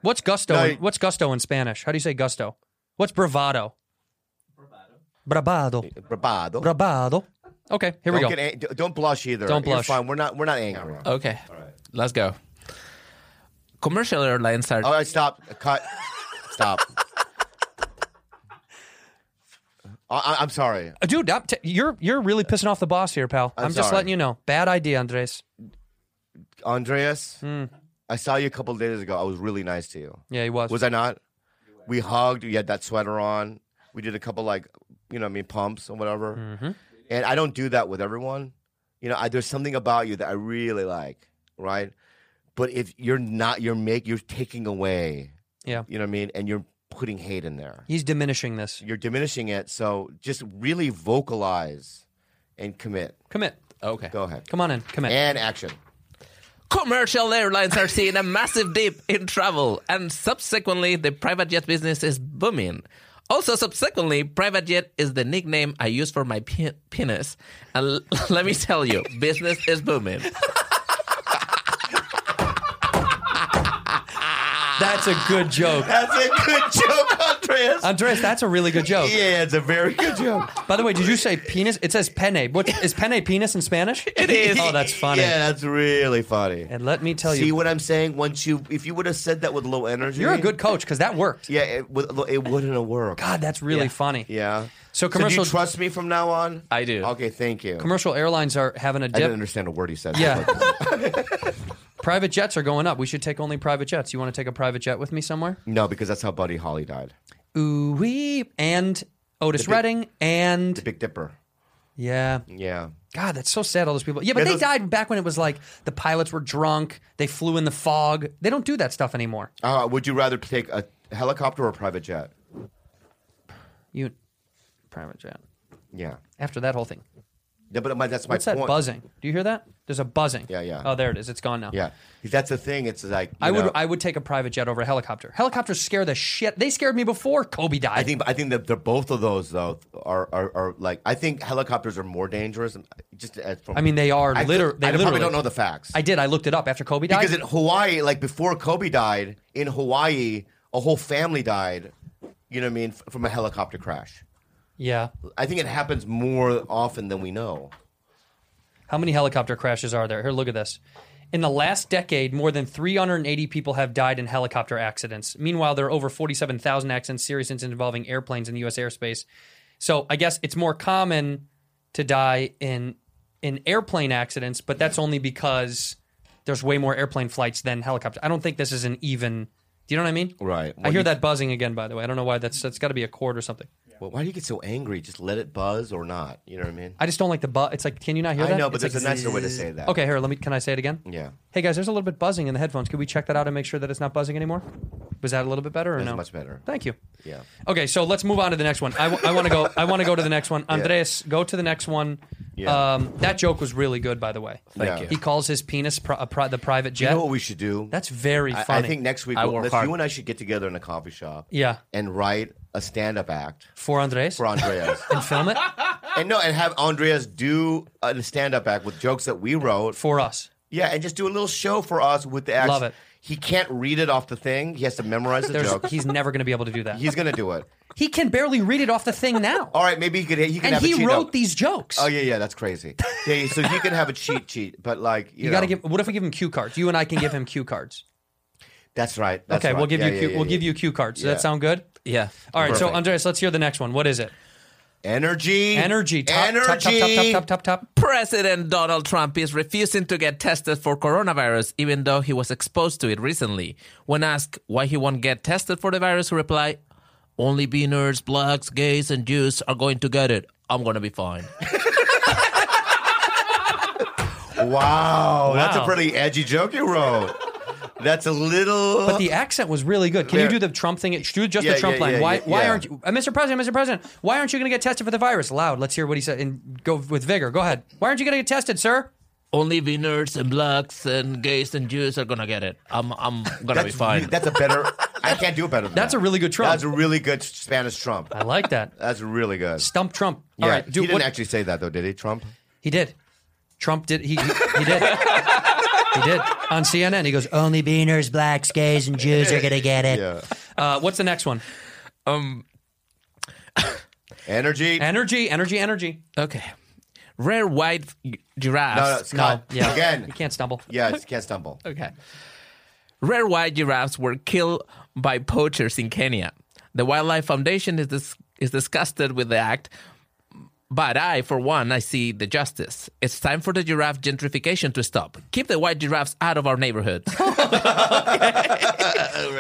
S1: What's gusto?
S3: No,
S1: in,
S3: you-
S1: what's gusto in Spanish? How do you say gusto? What's bravado? Bravado.
S3: bravado.
S1: Bravado. Okay, here we
S3: don't
S1: go.
S3: get ang- d- don't blush either.
S1: Don't
S3: You're
S1: blush.
S3: fine. We're not. We're not angry.
S7: Okay. Let's go. Commercial airlines are
S3: All right, stop. Oh, Cut. Stop. I, I- I'm sorry.
S1: Uh, Dude, I'm t- you're you're really pissing off the boss here, pal. I'm,
S3: I'm
S1: just
S3: sorry.
S1: letting you know. Bad idea, Andres.
S3: Andreas,
S1: Hmm.
S3: I saw you a couple days ago. I was really nice to you.
S1: Yeah, he was.
S3: Was I not? We hugged. You had that sweater on. We did a couple like, you know, what I mean, pumps or whatever.
S1: Mm-hmm.
S3: And I don't do that with everyone. You know, I, there's something about you that I really like, right? But if you're not, you're make, you're taking away.
S1: Yeah.
S3: You know what I mean? And you're putting hate in there.
S1: He's diminishing this.
S3: You're diminishing it. So just really vocalize and commit.
S1: Commit.
S7: okay.
S3: Go ahead.
S1: Come on in. Commit.
S3: And action.
S7: Commercial airlines are seeing a massive dip in travel, and subsequently, the private jet business is booming. Also, subsequently, private jet is the nickname I use for my pe- penis. And l- let me tell you, business is booming.
S1: That's a good joke.
S3: That's a good joke, Andreas.
S1: Andres, that's a really good joke.
S3: Yeah, it's a very good joke.
S1: By the way, did you say penis? It says pene. What is pene penis in Spanish? It
S7: is.
S1: Oh, that's funny.
S3: Yeah, that's really funny.
S1: And let me tell
S3: See
S1: you,
S3: what I'm saying? Once you, if you would have said that with low energy,
S1: you're a good coach because that worked.
S3: Yeah, it, would- it wouldn't have worked.
S1: God, that's really funny.
S3: Yeah.
S1: So
S3: do
S1: commercial
S3: you trust me from now on?
S7: I do.
S3: Okay, thank you.
S1: commercial airlines are having a
S3: I didn't
S1: dip.
S3: understand a word he said.
S1: Yeah. private jets are going up. We should take only private jets. You want to take a private jet with me somewhere?
S3: No, because that's how Buddy Holly died.
S1: Ooh wee. And Otis
S3: big-
S1: Redding and
S3: Big Dipper.
S1: yeah.
S3: Yeah.
S1: God, that's so sad. All those people. Yeah, but
S3: Yeah,
S1: they
S3: those-
S1: died back when it was like the pilots were drunk. They flew in the fog. They don't do that stuff anymore.
S3: Uh, would you rather take a helicopter or a private jet?
S1: You, private jet.
S3: Yeah.
S1: After that whole thing,
S3: Yeah, but my, that's my
S1: what's that
S3: point.
S1: buzzing? Do you hear that? There's a buzzing.
S3: Yeah, yeah.
S1: Oh, there it is. It's gone now.
S3: Yeah, that's the thing. It's like you
S1: I would
S3: know,
S1: I would take a private jet over a helicopter. Helicopters scare the shit. They scared me before Kobe died.
S3: I think I think that they're both of those though are are, are like I think helicopters are more dangerous. Just as from,
S1: I mean, they are liter-
S3: I, I
S1: they literally-
S3: probably don't know the facts.
S1: I did. I looked it up after Kobe died.
S3: because in Hawaii, like before Kobe died, in Hawaii, a whole family died. You know what I mean f- from a helicopter crash.
S1: yeah.
S3: I think it happens more often than we know.
S1: How many helicopter crashes are there? Here, look at this. In the last decade, more than 380 people have died in helicopter accidents. Meanwhile, there are over 47,000 accidents, serious incidents involving airplanes in the U.S. airspace. So I guess it's more common to die in in airplane accidents, but that's only because there's way more airplane flights than helicopter. I don't think this is an even. Do you know what I mean?
S3: Right.
S1: I
S3: Well,
S1: hear
S3: you-
S1: that buzzing again. By the way, I don't know why. That's that's got to be a cord or something.
S3: Well, why do you get so angry? Just let it buzz or not. You know what I mean?
S1: I just don't like the buzz. It's like, can you not hear
S3: I
S1: that?
S3: know, but
S1: It's
S3: there's a
S1: like
S3: nicer way to say that.
S1: Okay, here. Let me. Can I say it again?
S3: Yeah.
S1: Hey guys, there's a little bit buzzing in the headphones. Could we check that out and make sure that it's not buzzing anymore? Was that a little bit better or
S3: That's
S1: no?
S3: much better.
S1: Thank you.
S3: Yeah.
S1: Okay, so let's move on to the next one. I, want to go. I want to go to the next one. Andres, go to the next one.
S3: Yeah.
S1: Um, that joke was really good, by the way.
S3: Thank Yeah. you.
S1: He calls his penis pro- a pri- the private jet.
S3: You know what we should do?
S1: That's very
S3: I-
S1: funny.
S3: I think next week
S7: I
S3: we'll-
S7: work
S3: let's-
S7: hard.
S3: you and I should get together in a coffee shop.
S1: Yeah.
S3: And write a stand-up act
S1: for Andres
S3: for Andreas,
S1: and film it
S3: and no, and have Andreas do a stand-up act with jokes that we wrote.
S1: for us.
S3: yeah, and just do a little show for us with the acts.
S1: Love it.
S3: He can't read it off the thing. He has to memorize the
S1: There's,
S3: joke.
S1: he's never going to be able to do that.
S3: He's gonna do it.
S1: he can barely read it off the thing now,
S3: All right, maybe he could. He Oh, can
S1: and
S3: have a
S1: he
S3: cheat
S1: wrote
S3: up.
S1: these jokes.
S3: Oh yeah, yeah, that's crazy. Yeah, yeah, so he can have a cheat sheet, but like you,
S1: You got to
S3: know,
S1: give. What if we give him cue cards? You and I can give him cue cards.
S3: That's right. That's
S1: okay,
S3: right.
S1: we'll give
S3: Yeah,
S1: you
S3: yeah,
S1: cue,
S3: yeah,
S1: we'll
S3: yeah.
S1: give you cue cards. Does
S3: Yeah.
S1: that sound good?
S7: Yeah.
S1: All right, so
S3: Perfect.
S1: Andres, let's hear the next one. What is it?
S3: energy,
S1: Energy. Top,
S3: energy.
S1: Top, top, top, top, top, top, top.
S7: President Donald Trump is refusing to get tested for coronavirus, even though he was exposed to it recently. When asked why he won't get tested for the virus, he replied, Only be nerds, blacks, gays, and Jews are going to get it. I'm going to be fine.
S3: Wow, that's a
S1: Wow.
S3: pretty edgy joke you wrote. That's a little.
S1: But the accent was really good. Can you
S3: Yeah.
S1: do the Trump thing? Do just
S3: Yeah,
S1: the Trump
S3: yeah,
S1: line.
S3: yeah,
S1: why?
S3: yeah,
S1: why
S3: yeah.
S1: aren't you, uh, Mr. President? Mr. President, why aren't you going to get tested for the virus? Loud. Let's hear what he said and go with vigor. Go ahead. Why aren't you going to get tested, sir?
S7: Only be nerds and blacks and gays and Jews are going to get it. I'm, I'm going to be
S3: that's,
S7: fine.
S3: re- that's a better. I can't do better. Than
S1: That's
S3: that.
S1: a really good Trump.
S3: That's a really good Spanish Trump.
S1: I like that.
S3: That's really good.
S1: Stump Trump.
S3: Yeah,
S1: All right,
S3: he
S1: dude.
S3: didn't
S1: What,
S3: actually say that though, did he, Trump?
S1: he did. Trump did. He he, he did. he did on CNN. He goes, "Only beaners, blacks, gays, and Jews are going to get it."
S3: Yeah.
S1: Uh, what's the next one?
S3: Energy.
S1: Energy, energy, energy.
S7: okay. Rare white gi- giraffes.
S3: no, no, Scott.
S1: Yeah.
S3: Again.
S1: You can't stumble.
S3: Yeah, it's- can't stumble.
S7: Okay. Rare white giraffes were killed by poachers in Kenya. The Wildlife Foundation is dis- is disgusted with the act, but I, for one, I see the justice. It's time for the giraffe gentrification to stop. Keep the white giraffes out of our neighborhoods.
S3: Really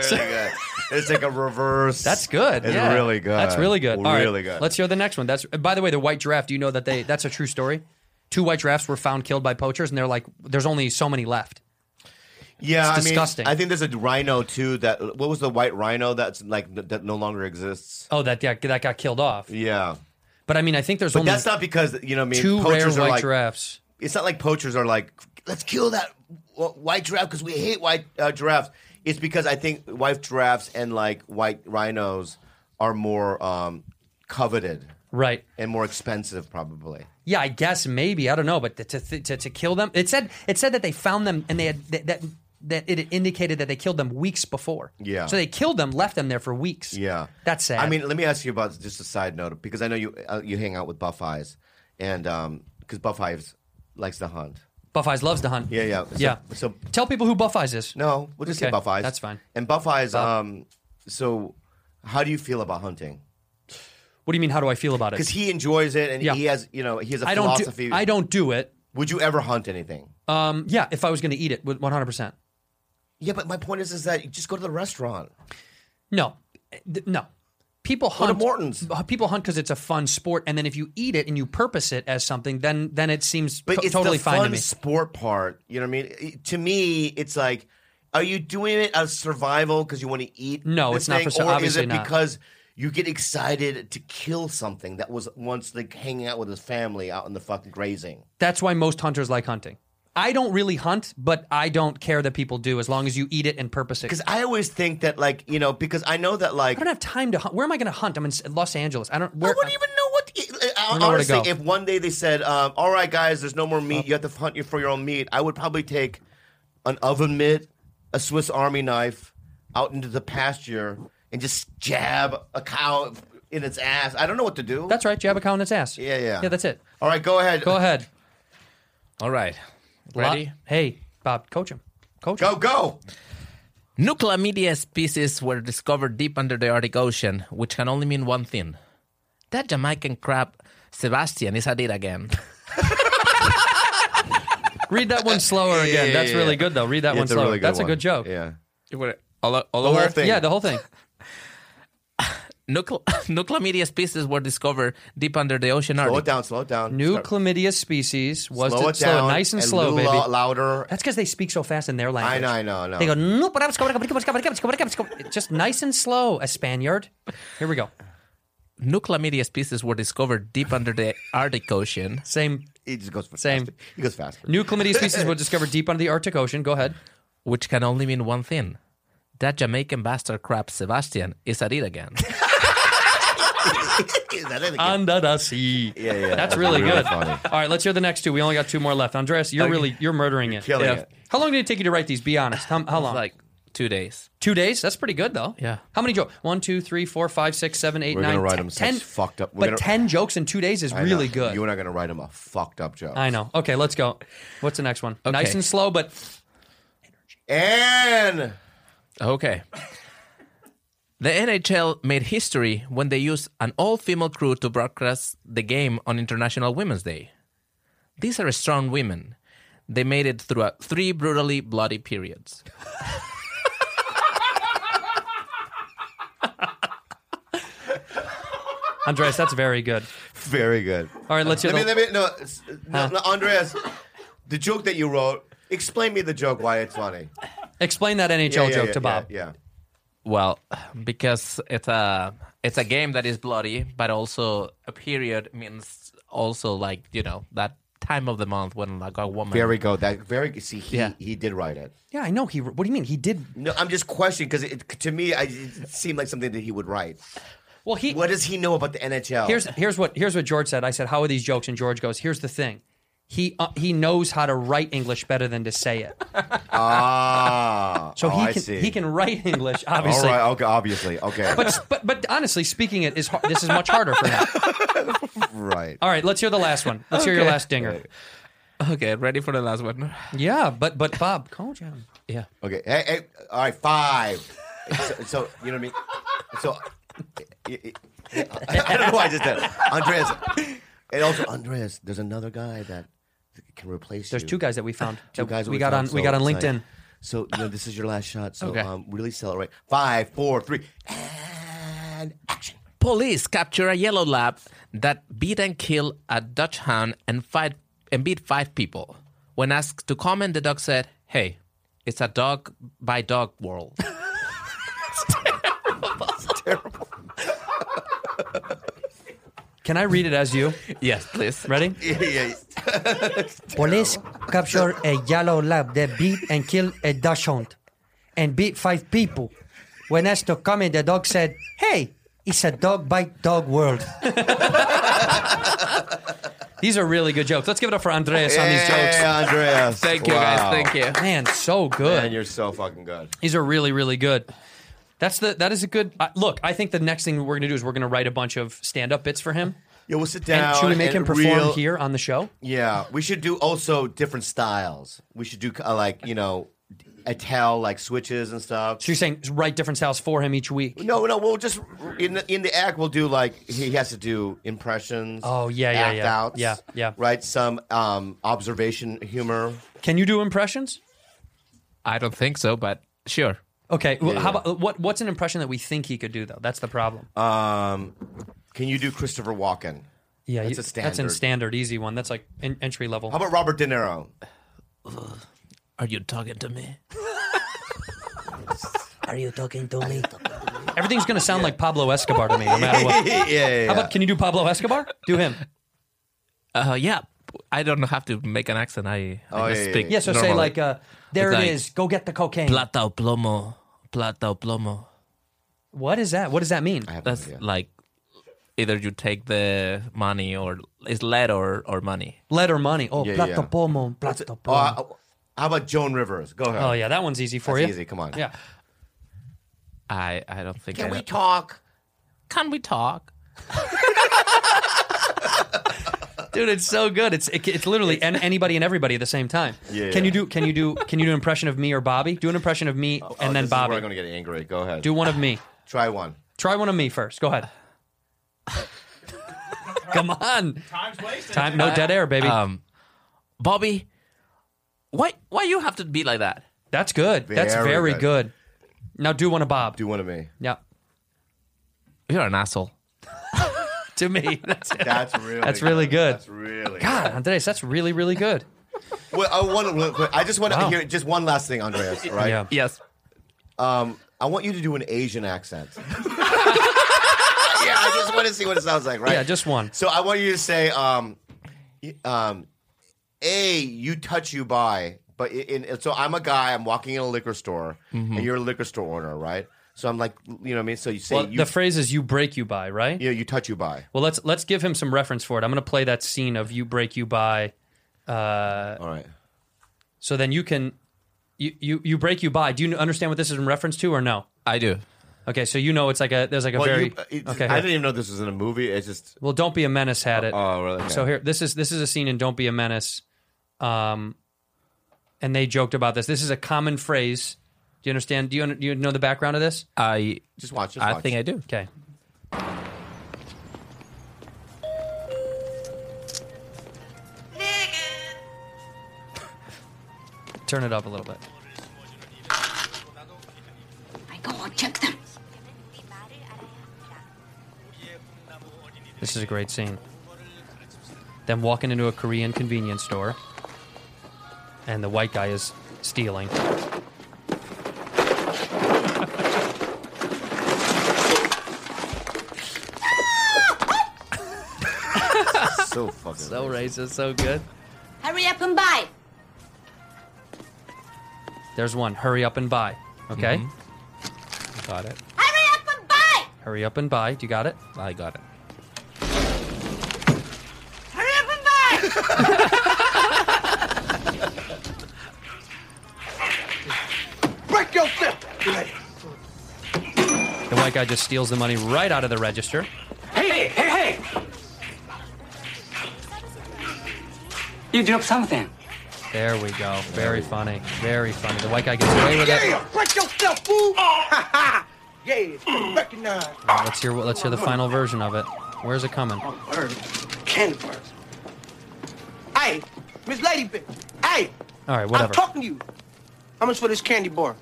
S3: good. It's like a reverse.
S1: That's good.
S3: It's
S1: yeah.
S3: really good.
S1: That's really good. All right,
S3: really good.
S1: Let's hear the next one. That's by the way, the white giraffe. Do you know that they? That's a true story. Two white giraffes were found killed by poachers, and they're like, "There's only so many left."
S3: yeah,
S1: it's
S3: I mean,
S1: disgusting.
S3: I think there's a rhino too. That what was the white rhino that's like that no longer exists.
S1: Oh, that yeah, that got killed off.
S3: Yeah,
S1: But I mean, I think there's
S3: but
S1: only
S3: that's not because you know. what I mean,
S1: two rare
S3: poachers
S1: white
S3: are like
S1: giraffes.
S3: it's not like poachers are like, let's kill that wh- white giraffe because we hate white uh, giraffes. It's because I think white giraffes and like white rhinos are more um, coveted
S1: Right.
S3: and more expensive, probably.
S1: Yeah, I guess maybe I don't know, but to to, to, to kill them, it said it said that they found them and they had that. that that it indicated that they killed them weeks before.
S3: Yeah.
S1: So they killed them, left them there for weeks.
S3: Yeah,
S1: That's sad.
S3: I mean, let me ask you about just a side note because I know you uh, you hang out with Buff Eyes, and because Buff Eyes likes to hunt.
S1: Buff Eyes loves to hunt.
S3: Yeah, yeah. So,
S1: yeah.
S3: So
S1: Tell people who Buff Eyes is.
S3: no, we'll just
S1: Okay,
S3: say Buff Eyes.
S1: that's fine.
S3: And Buff Eyes. Um, so how do you feel about hunting?
S1: What do you mean? How do I feel about it?
S3: Because he enjoys it, and
S1: Yeah.
S3: he has you know he has a
S1: I don't.
S3: philosophy.
S1: Do, I don't do it.
S3: Would you ever hunt anything?
S1: Um, yeah, if I was going to eat it, one hundred percent.
S3: yeah, but my point is, is that you just go to the restaurant.
S1: No, Th- no. People
S3: to
S1: hunt.
S3: Morton's.
S1: People hunt because it's a fun sport, and then if you eat it and you purpose it as something, then then it seems
S3: But
S1: to-
S3: it's
S1: totally
S3: the
S1: fine
S3: fun
S1: to me.
S3: sport part. You know what I mean? It- to me, it's like, are you doing it out of survival because you want to eat?
S1: No,
S3: this
S1: it's not
S3: thing,
S1: for sur-
S3: or
S1: obviously
S3: is it
S1: not.
S3: because you get excited to kill something that was once like hanging out with his family out in the fucking grazing?
S1: That's why most hunters like hunting. I don't really hunt, but I don't care that people do as long as you eat it and purpose it.
S3: Because I always think that, like, you know, because I know that, like,
S1: I don't have time to hunt. Where am I going to hunt? I'm in S- Los Angeles. I don't.
S3: I
S1: Where,
S3: wouldn't even know Oh, what. To, Uh.
S1: don't
S3: I,
S1: know where to
S3: honestly,
S1: go.
S3: if one day they said, um, "All right, guys, there's no more meat. You have to hunt your- for your own meat," I would probably take an oven mitt, a Swiss Army knife, out into the pasture and just jab a cow in its ass. I don't know what to do.
S1: That's right. Jab a cow in its ass.
S3: Yeah, yeah.
S1: Yeah, that's it.
S3: all right. Go ahead.
S1: Go ahead.
S7: All right.
S1: Lot-
S7: Ready?
S1: hey, Bob, coach him. Coach him.
S3: Go, go.
S7: Nuclear media species were discovered deep under the Arctic Ocean, which can only mean one thing. That Jamaican crab, Sebastian, is at it again.
S1: Read that one slower again. That's really good, though. Read that one
S3: It's a
S1: slower.
S3: really good
S1: That's
S3: one.
S1: a good joke.
S3: Yeah.
S7: all, all
S3: The whole thing.
S1: Yeah, the whole thing.
S7: Nucle- Nuclamidia species were discovered deep under the ocean
S3: Slow it
S7: Arctic.
S3: down, slow it down.
S1: New
S3: Start-
S1: chlamydia species was
S3: slow
S1: to-
S3: it down.
S1: nice and,
S3: a
S1: slow,
S3: little
S1: baby.
S3: lo- louder.
S1: That's because they speak so fast in their language.
S3: I know, I know, I know.
S1: They go, "No, but I'm scared, I'm scared, I'm scared, I'm scared, I'm scared, I'm scared." just nice and slow, a Spaniard. Here we go.
S7: Nuclamidia species were discovered deep under the Arctic Ocean.
S1: Same.
S3: he just goes faster.
S1: Same.
S3: He goes faster.
S1: New chlamydia species were discovered deep under the Arctic Ocean. Go ahead.
S7: which can only mean one thing. That Jamaican bastard crab Sebastian is at it again.
S2: Is that it again?
S1: Under the sea.
S3: Yeah, yeah.
S1: That's really, good.
S3: funny.
S1: All right, let's hear the next two. We only got two more left. Andres, you're really you're murdering it.
S3: Killing it.
S1: How long did it take you to write these? Be honest. How, how long?
S7: like two days.
S1: Two days? That's pretty good though.
S7: Yeah.
S1: How many jokes? One, two, three, four, five, six, seven, eight,
S3: We're
S1: nine,
S3: gonna write
S1: ten-
S3: them such
S1: ten-
S3: fucked up- we're
S1: But
S3: gonna-
S1: ten jokes in two days is
S3: I know.
S1: really good.
S3: You and I are gonna write him a fucked up joke.
S1: I know. Okay, let's go. What's the next one? Nice and slow, but
S3: And
S7: Okay. The NHL made history when they used an all female crew to broadcast the game on International Women's Day. These are strong women. They made it through a- three brutally bloody periods.
S1: Andres, that's very good.
S3: very good.
S1: All right, let's hear
S3: Let me,
S1: the.
S3: let me, no, s- no, no, Andreas, the joke that you wrote. Explain me the joke. Why it's funny?
S1: Explain that NHL
S3: Yeah, yeah,
S1: joke
S3: yeah,
S1: to Bob.
S3: Yeah,
S7: Well, because it's a it's a game that is bloody, but also a period means also like you know that time of the month when like a woman.
S3: yeah. Very good. That very. See, he
S7: Yeah.
S3: he did write it.
S1: Yeah, I know. He. What do you mean? He did.
S3: No, I'm just questioning because it, to me, I, it seemed like something that he would write.
S1: Well, he.
S3: What does he know about the NHL?
S1: Here's here's what here's what George said. I said, "How are these jokes?" And George goes, "Here's the thing." He uh, he knows how to write English better than to say it.
S3: ah,
S1: So
S3: oh,
S1: he
S3: I
S1: can
S3: see.
S1: he can write English
S3: All
S1: obviously.
S3: right. Okay. Obviously. Okay.
S1: But, s- but but honestly, speaking it is hard, this is much harder for him.
S3: right.
S1: All right, let's hear the last one. Let's hear your last dinger.
S7: Okay, ready for the last one?
S1: Yeah, but but Bob, calm down.
S7: Yeah.
S3: Okay. Hey, hey, all right. Five. So, so you know what I mean. So I, I- I don't know why I just said Andreas. And also Andreas, there's another guy that can replace
S1: There's
S3: you.
S1: two guys that we found.
S3: Two
S1: that
S3: guys that
S1: we got on
S3: found,
S1: we
S3: so
S1: got on
S3: it's
S1: LinkedIn.
S3: like- so you know, this is your last shot. So
S7: Okay.
S3: um, really celebrate. Five, four, three, and action.
S7: Police capture a yellow lab that beat and killed a Dutch hound and fight and beat five people. When asked to comment, the dog said, "Hey, it's a dog by dog world."
S1: Can I read it as you?
S7: yes, please.
S1: Ready?
S3: Yeah, yeah.
S1: Police capture a yellow lab that beat and killed a Dutch hound and beat five people. When asked to comment, the dog said, Hey, it's a dog bite dog world. these are really good jokes. Let's give it up for Andreas on these jokes.
S3: Yeah, Andreas.
S7: Thank you,
S3: Wow.
S7: guys. Thank you.
S1: Man, so good.
S3: Man, you're so fucking good.
S1: These are really, really good. That's the that is a good uh, look. I think the next thing we're gonna do is we're gonna write a bunch of stand up bits for him.
S3: Yeah, we'll sit
S1: And
S3: down.
S1: should we make
S3: and
S1: him perform
S3: real-
S1: here on the show?
S3: Yeah, we should do also different styles. We should do uh, like you know, Attell like switches and stuff.
S1: So you're saying write different styles for him each week?
S3: No, no, we'll just in the, in the act we'll do like he has to do impressions.
S1: Oh, yeah, yeah,
S3: act
S1: yeah.
S3: outs,
S1: Yeah, yeah.
S3: Right, some um, observation humor.
S1: Can you do impressions?
S7: I don't think so, but sure.
S1: Okay. well, how
S3: yeah.
S1: about what? What's an impression that we think he could do though? That's the problem.
S3: Um, can you do Christopher Walken?
S1: yeah,
S3: that's
S1: you-
S3: a
S1: That's in
S3: standard.
S1: standard, easy one. That's like en- entry level.
S3: How about Robert De Niro?
S7: Are you talking to me?
S9: Are you talking to me?
S1: Everything's gonna sound like Pablo Escobar to me, no matter what.
S3: yeah, yeah,
S1: How about can you do Pablo Escobar? Do him.
S7: Uh, yeah. I don't have to make an accent. I, I
S3: Oh,
S7: just
S3: yeah,
S7: speak.
S1: Yeah. So say
S7: normally.
S1: like, uh, there
S7: It's
S1: it is.
S7: like-
S1: Go get the cocaine.
S7: plata o plomo, plata o plomo.
S3: Oh,
S1: What is that? What does that mean?
S3: I have no
S7: That's
S3: idea.
S7: like either you take the money or it's lead or, or money.
S1: Letter money. Oh,
S3: Yeah,
S1: plato
S3: yeah.
S1: pomo, plato
S3: Oh,
S1: pomo.
S3: uh, how about Joan Rivers? Go ahead.
S1: oh yeah, that one's easy for
S3: That's
S1: you.
S3: easy. Come on.
S1: Yeah.
S7: I, I don't think.
S2: Can
S7: I
S2: we talk?
S7: Can we talk?
S1: dude. It's so good. It's it, it's literally and anybody and everybody at the same time.
S3: Yeah,
S1: Can
S3: yeah.
S1: you do can you do can you do an impression of me or Bobby? Do an impression of me and then
S3: Oh, this Is
S1: Bobby.
S3: where I'm gonna get angry. Go ahead.
S1: Do one of me.
S3: Try one.
S1: Try one of me first. Go ahead. Come on.
S5: Time's wasted.
S1: Time no dead air, baby.
S3: Uh,
S7: Um, Bobby, why why you have to be like that?
S1: That's good. That's
S3: very
S1: very
S3: good.
S1: good. Now do one of Bob.
S3: Do one of me.
S1: Yeah.
S7: You're an asshole.
S1: To me. That's it.
S3: That's really.
S1: That's really good.
S3: That's really.
S1: God, Andres, that's really, really good.
S3: Well, I, want, real quick, I just want
S1: Wow.
S3: to hear just one last thing, Andreas. all Right.
S1: Yeah.
S7: Yes.
S3: I want you to do an Asian accent. yeah, I just want to see what it sounds like. Right.
S1: Yeah, just one.
S3: So I want you to say, um, y- um, a you touch you by, but i- in, so I'm a guy. I'm walking in a liquor store, and you're a liquor store owner, right? So I'm like, you know what I mean. So you say
S1: Well,
S3: you,
S1: the phrase is you break you by, right?
S3: you, know, you touch you by.
S1: Well, let's let's give him some reference for it. I'm going to play that scene of you break you by.
S3: All right.
S1: So then you can, you you you break you by. Do you understand what this is in reference to or no?
S7: I do.
S1: Okay, so you know it's like a there's like a
S3: Well,
S1: very
S3: you, it,
S1: okay.
S3: I didn't even know this was in a movie. It's just
S1: well, don't be a menace had it.
S3: oh, really? Okay.
S1: So here, this is this is a scene in Don't Be a Menace, um, and they joked about this. This is a common phrase. Do you understand? Do you do you know the background of this?
S7: I
S3: just watch. Just
S7: I
S3: watch.
S7: think I do.
S1: Okay. Turn it up a little bit.
S9: My God, check them.
S1: This is a great scene. Them walking into a Korean convenience store, and the white guy is stealing.
S3: so fucking.
S1: So racist, so good.
S9: Hurry up and buy.
S1: There's one. Hurry up and buy. Okay. Mm-hmm.
S7: Got it.
S9: Hurry up and buy.
S1: Hurry up and buy. Do you got it?
S7: I got it.
S9: Hurry up and buy.
S1: The white guy just steals the money right out of the register.
S4: Hey, hey, hey! You dropped something.
S1: There we go. Very funny. Very funny. The white guy gets away with it.
S10: Break yourself, fool! Ha ha! Yeah, recognize.
S1: Let's hear. Let's hear the final version of it. Where's it coming?
S10: Canvas. Hey, Miss Ladybit. Hey,
S1: All right, whatever.
S10: I'm talking to you. How much for this candy bar?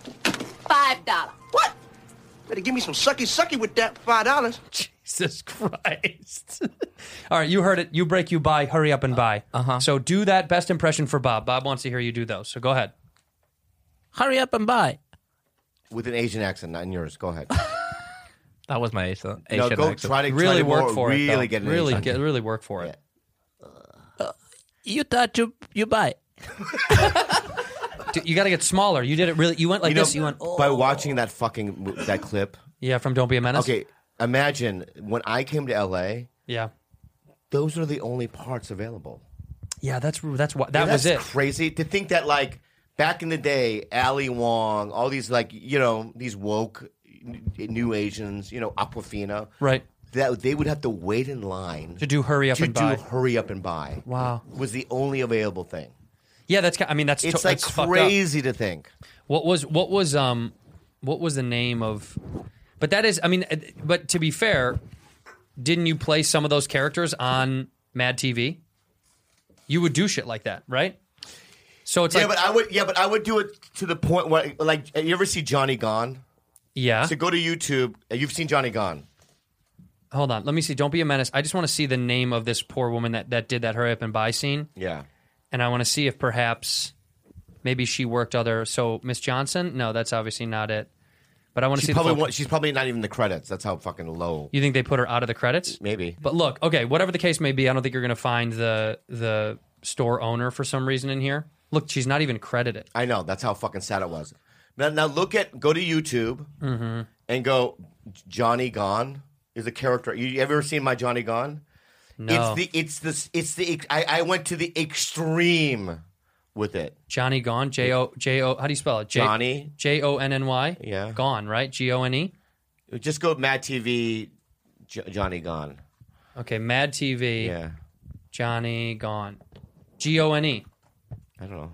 S9: Five dollars.
S10: What? Better give me some sucky sucky with that five dollars.
S1: Jesus Christ. All right, you heard it. You break, you buy, hurry up and buy. Uh huh. So do that best impression for Bob. Bob wants to hear you do those. So go ahead.
S7: Hurry up and buy.
S3: With an Asian accent, not in yours. Go ahead.
S7: That was my Asian.
S3: no,
S7: Asian
S3: go
S7: accent.
S3: try to try
S1: Really
S3: to
S1: work
S3: more-
S1: for
S3: really
S1: it. though.
S3: Get an
S1: really
S3: Asian.
S1: get really work for it.
S7: You thought you you buy.
S1: Dude, you got to get smaller. You did it really. You went like
S3: You know,
S1: this. You went. Oh.
S3: by watching that fucking mo- that clip.
S1: Yeah, from Don't Be a Menace.
S3: Okay, imagine when I came to LA.
S1: Yeah.
S3: Those are the only parts available.
S1: Yeah, that's that's why that
S3: That's
S1: was it.
S3: Crazy to think that like back in the day, Ali Wong, all these like you know these woke n- new Asians, you know Aquafina,
S1: Right.
S3: That they would have to wait in line
S1: To do hurry up
S3: to
S1: and
S3: do
S1: buy.
S3: hurry up and buy.
S1: Wow.
S3: was the only available thing.
S1: Yeah, that's. ki- I mean, that's. to-
S3: It's like
S1: that's fucked up.
S3: crazy to think.
S1: What was what was um what was the name of But that is I mean uh, but to be fair, didn't you play some of those characters on Mad TV? You would do shit like that, right? So it's
S3: yeah,
S1: like
S3: but I would. Yeah, but I would do it to the point where, like, you ever see Johnny Gone?
S1: yeah.
S3: So go to YouTube. uh, You've seen Johnny Gone.
S1: Hold on, let me see. Don't be a menace. I just want to see the name of this poor woman that that did that hurry up and buy scene,
S3: Yeah.
S1: and I want to see if perhaps maybe she worked other. So Miss Johnson? No, that's obviously not it. But I want to
S3: She
S1: see
S3: probably
S1: the full-
S3: wa- she's probably not even in the credits. That's how fucking low.
S1: You think they put her out of the credits?
S3: Maybe.
S1: But look, okay, whatever the case may be, I don't think you're going to find the the store owner for some reason in here. Look, she's not even credited.
S3: I know. That's how fucking sad it was. Now, now look at go to YouTube and go Johnny Gone is a character. You, you ever seen my Johnny Gone?
S1: No.
S3: It's the it's the it's the ex- I, I went to the extreme with it.
S1: Johnny Gone, J O J O. How do you spell it? J-
S3: Johnny.
S1: J O N N Y.
S3: Yeah.
S1: Gone, right? G O N E.
S3: Just go Mad TV, Jo- Johnny Gone.
S1: Okay, Mad TV.
S3: Yeah.
S1: Johnny Gone. G O N E.
S3: I don't know.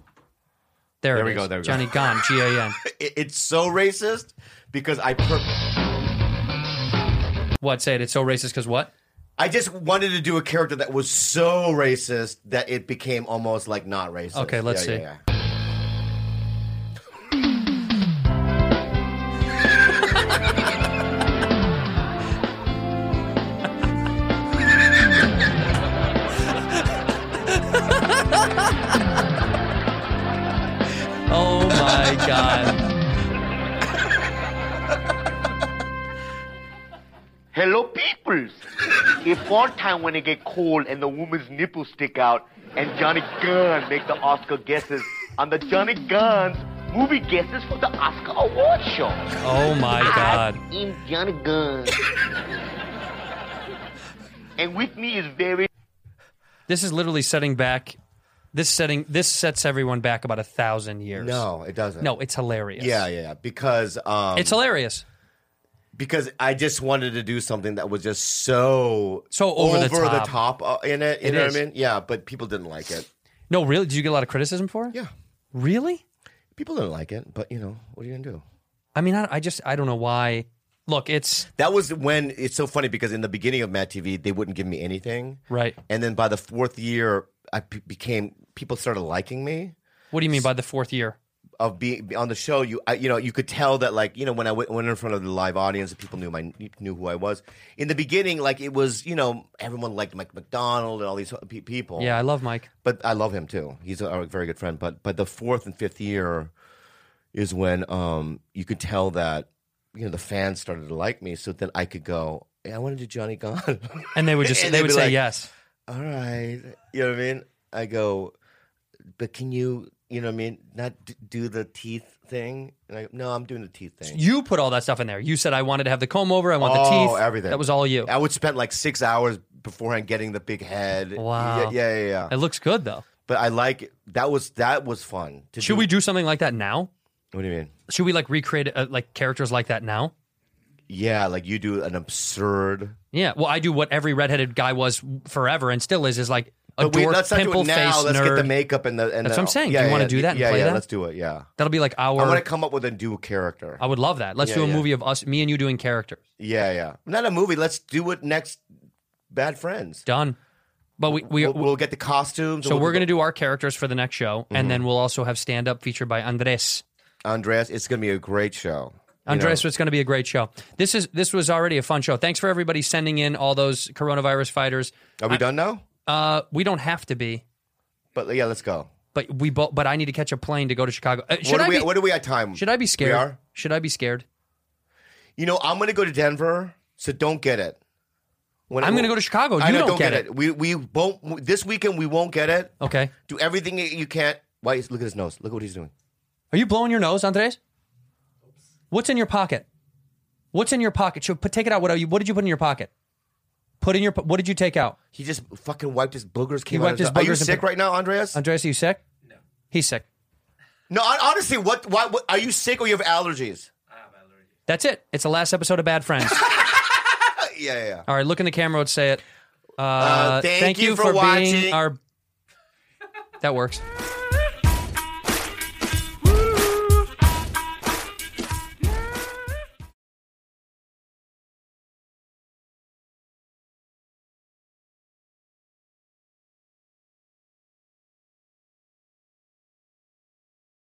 S1: There,
S3: There
S1: it
S3: we go,
S1: is.
S3: there we go.
S1: Johnny Gone. G A N.
S3: It, it's so racist because I per-
S1: What? Say it. It's so racist because what?
S3: I just wanted to do a character that was so racist that it became almost like not racist.
S1: Okay, let's
S3: Yeah,
S1: see.
S3: yeah,
S1: Oh my God.
S11: Hello, peoples. it's one time when it get cold and the woman's nipples stick out, and Johnny Gunn make the Oscar guesses on the Johnny Gunn's movie guesses for the Oscar award show.
S1: Oh my God.
S11: I'm Johnny Gunn. and with me is very
S1: This is literally setting back. This setting. This sets everyone back about a thousand years.
S3: No, it doesn't.
S1: No, it's hilarious.
S3: yeah, yeah, yeah. Because um,
S1: It's hilarious.
S3: Because I just wanted to do something that was just so
S1: So over the top.
S3: uh, in it. You
S1: It
S3: know
S1: is.
S3: what I mean? Yeah, but people didn't like it.
S1: No, really. Did you get a lot of criticism for it?
S3: Yeah.
S1: Really?
S3: People didn't like it, but you know what are you gonna do?
S1: I mean, I, I just I don't know why. Look, it's
S3: That was when it's so funny because in the beginning of Mad TV, they wouldn't give me anything.
S1: Right.
S3: And then by the fourth year, I p- became people started liking me.
S1: What do you mean by the fourth year?
S3: Of being on the show, you I, you know you could tell that like you know when I went, went in front of the live audience, people knew my knew who I was. In the beginning, like it was you know everyone liked Mike McDonald and all these pe- people.
S1: Yeah, I love Mike.
S3: but I love him too. He's a, a very good friend. But but the fourth and fifth year is when um you could tell that you know the fans started to like me. So then I could go. "Hey, I want to do Johnny Gone,
S1: And they would just
S3: And
S1: they
S3: they'd
S1: would
S3: be
S1: say
S3: like,
S1: yes.
S3: All right, you know what I mean. I go, but can you you know what I mean? Not d- do the teeth thing. And I go, no, I'm doing the teeth thing.
S1: You put all that stuff in there. You said I wanted to have the comb over. I want
S3: oh,
S1: the teeth.
S3: everything.
S1: That was all you.
S3: I would spend like six hours beforehand getting the big head.
S1: Wow.
S3: Yeah, yeah, yeah. yeah.
S1: It looks good though.
S3: but I like it. that was that was fun. To
S1: Should
S3: do.
S1: we do something like that now?
S3: What do you mean?
S1: Should we like recreate uh, like characters like that now?
S3: Yeah, like you do an absurd.
S1: Yeah. Well, I do what every redheaded guy was forever and still is is like a
S3: But we-
S1: dork,
S3: let's not do it
S1: pimple
S3: now.
S1: face
S3: Let's
S1: nerd.
S3: get the makeup and the. And
S1: That's
S3: the-
S1: what I'm saying.
S3: Yeah,
S1: do you
S3: yeah,
S1: want to do that? And
S3: Yeah,
S1: play
S3: yeah.
S1: that?
S3: Let's do it. Yeah.
S1: That'll be like our.
S3: I want to come up with a new character.
S1: I would love that. Let's
S3: Yeah,
S1: do a
S3: yeah.
S1: movie of us, me and you doing characters.
S3: Yeah, yeah. Not a movie. Let's do it next. Bad friends.
S1: Done. But we we
S3: we'll, we'll get the costumes.
S1: so we're gonna do our characters for the next show,
S3: Mm-hmm.
S1: and then we'll also have stand up featured by Andres.
S3: Andreas. It's gonna be a great show. You
S1: Andres,
S3: know?
S1: it's going to be a great show. This is this was already a fun show. Thanks for everybody sending in all those coronavirus fighters.
S3: are we done now?
S1: Uh, we don't have to be,
S3: But yeah, let's go.
S1: but we both. But I need to catch a plane to go to Chicago. Uh, should
S3: What
S1: I
S3: are we?
S1: be?
S3: What are we at time?
S1: should I be scared?
S3: We are.
S1: Should I be scared?
S3: You know, I'm gonna go to Denver, so don't get it. When
S1: I'm gonna go to Chicago.
S3: I
S1: You
S3: know,
S1: don't get
S3: it. We we won't. This weekend we won't get it.
S1: Okay.
S3: Do everything that you can't. Why? Look at his nose. Look at what he's doing.
S1: Are you blowing your nose, Andres? What's in your pocket? What's in your pocket? Should, put, take it out. What are you? What did you put in your pocket? Put in your. po- What did you take out?
S3: He just fucking wiped his boogers. Came
S1: wiped
S3: out
S1: his
S3: Are you
S1: boogers and
S3: sick
S1: put-
S3: right now, Andreas?
S1: Andres, are you sick? No. He's sick.
S3: No, hon- honestly, what, why, what? Are you sick or you have allergies?
S1: That's it. It's the last episode of Bad Friends.
S3: Uh, yeah, yeah, yeah.
S1: All right, look in the camera and say it. Uh,
S3: thank you for watching.
S1: being our. That works.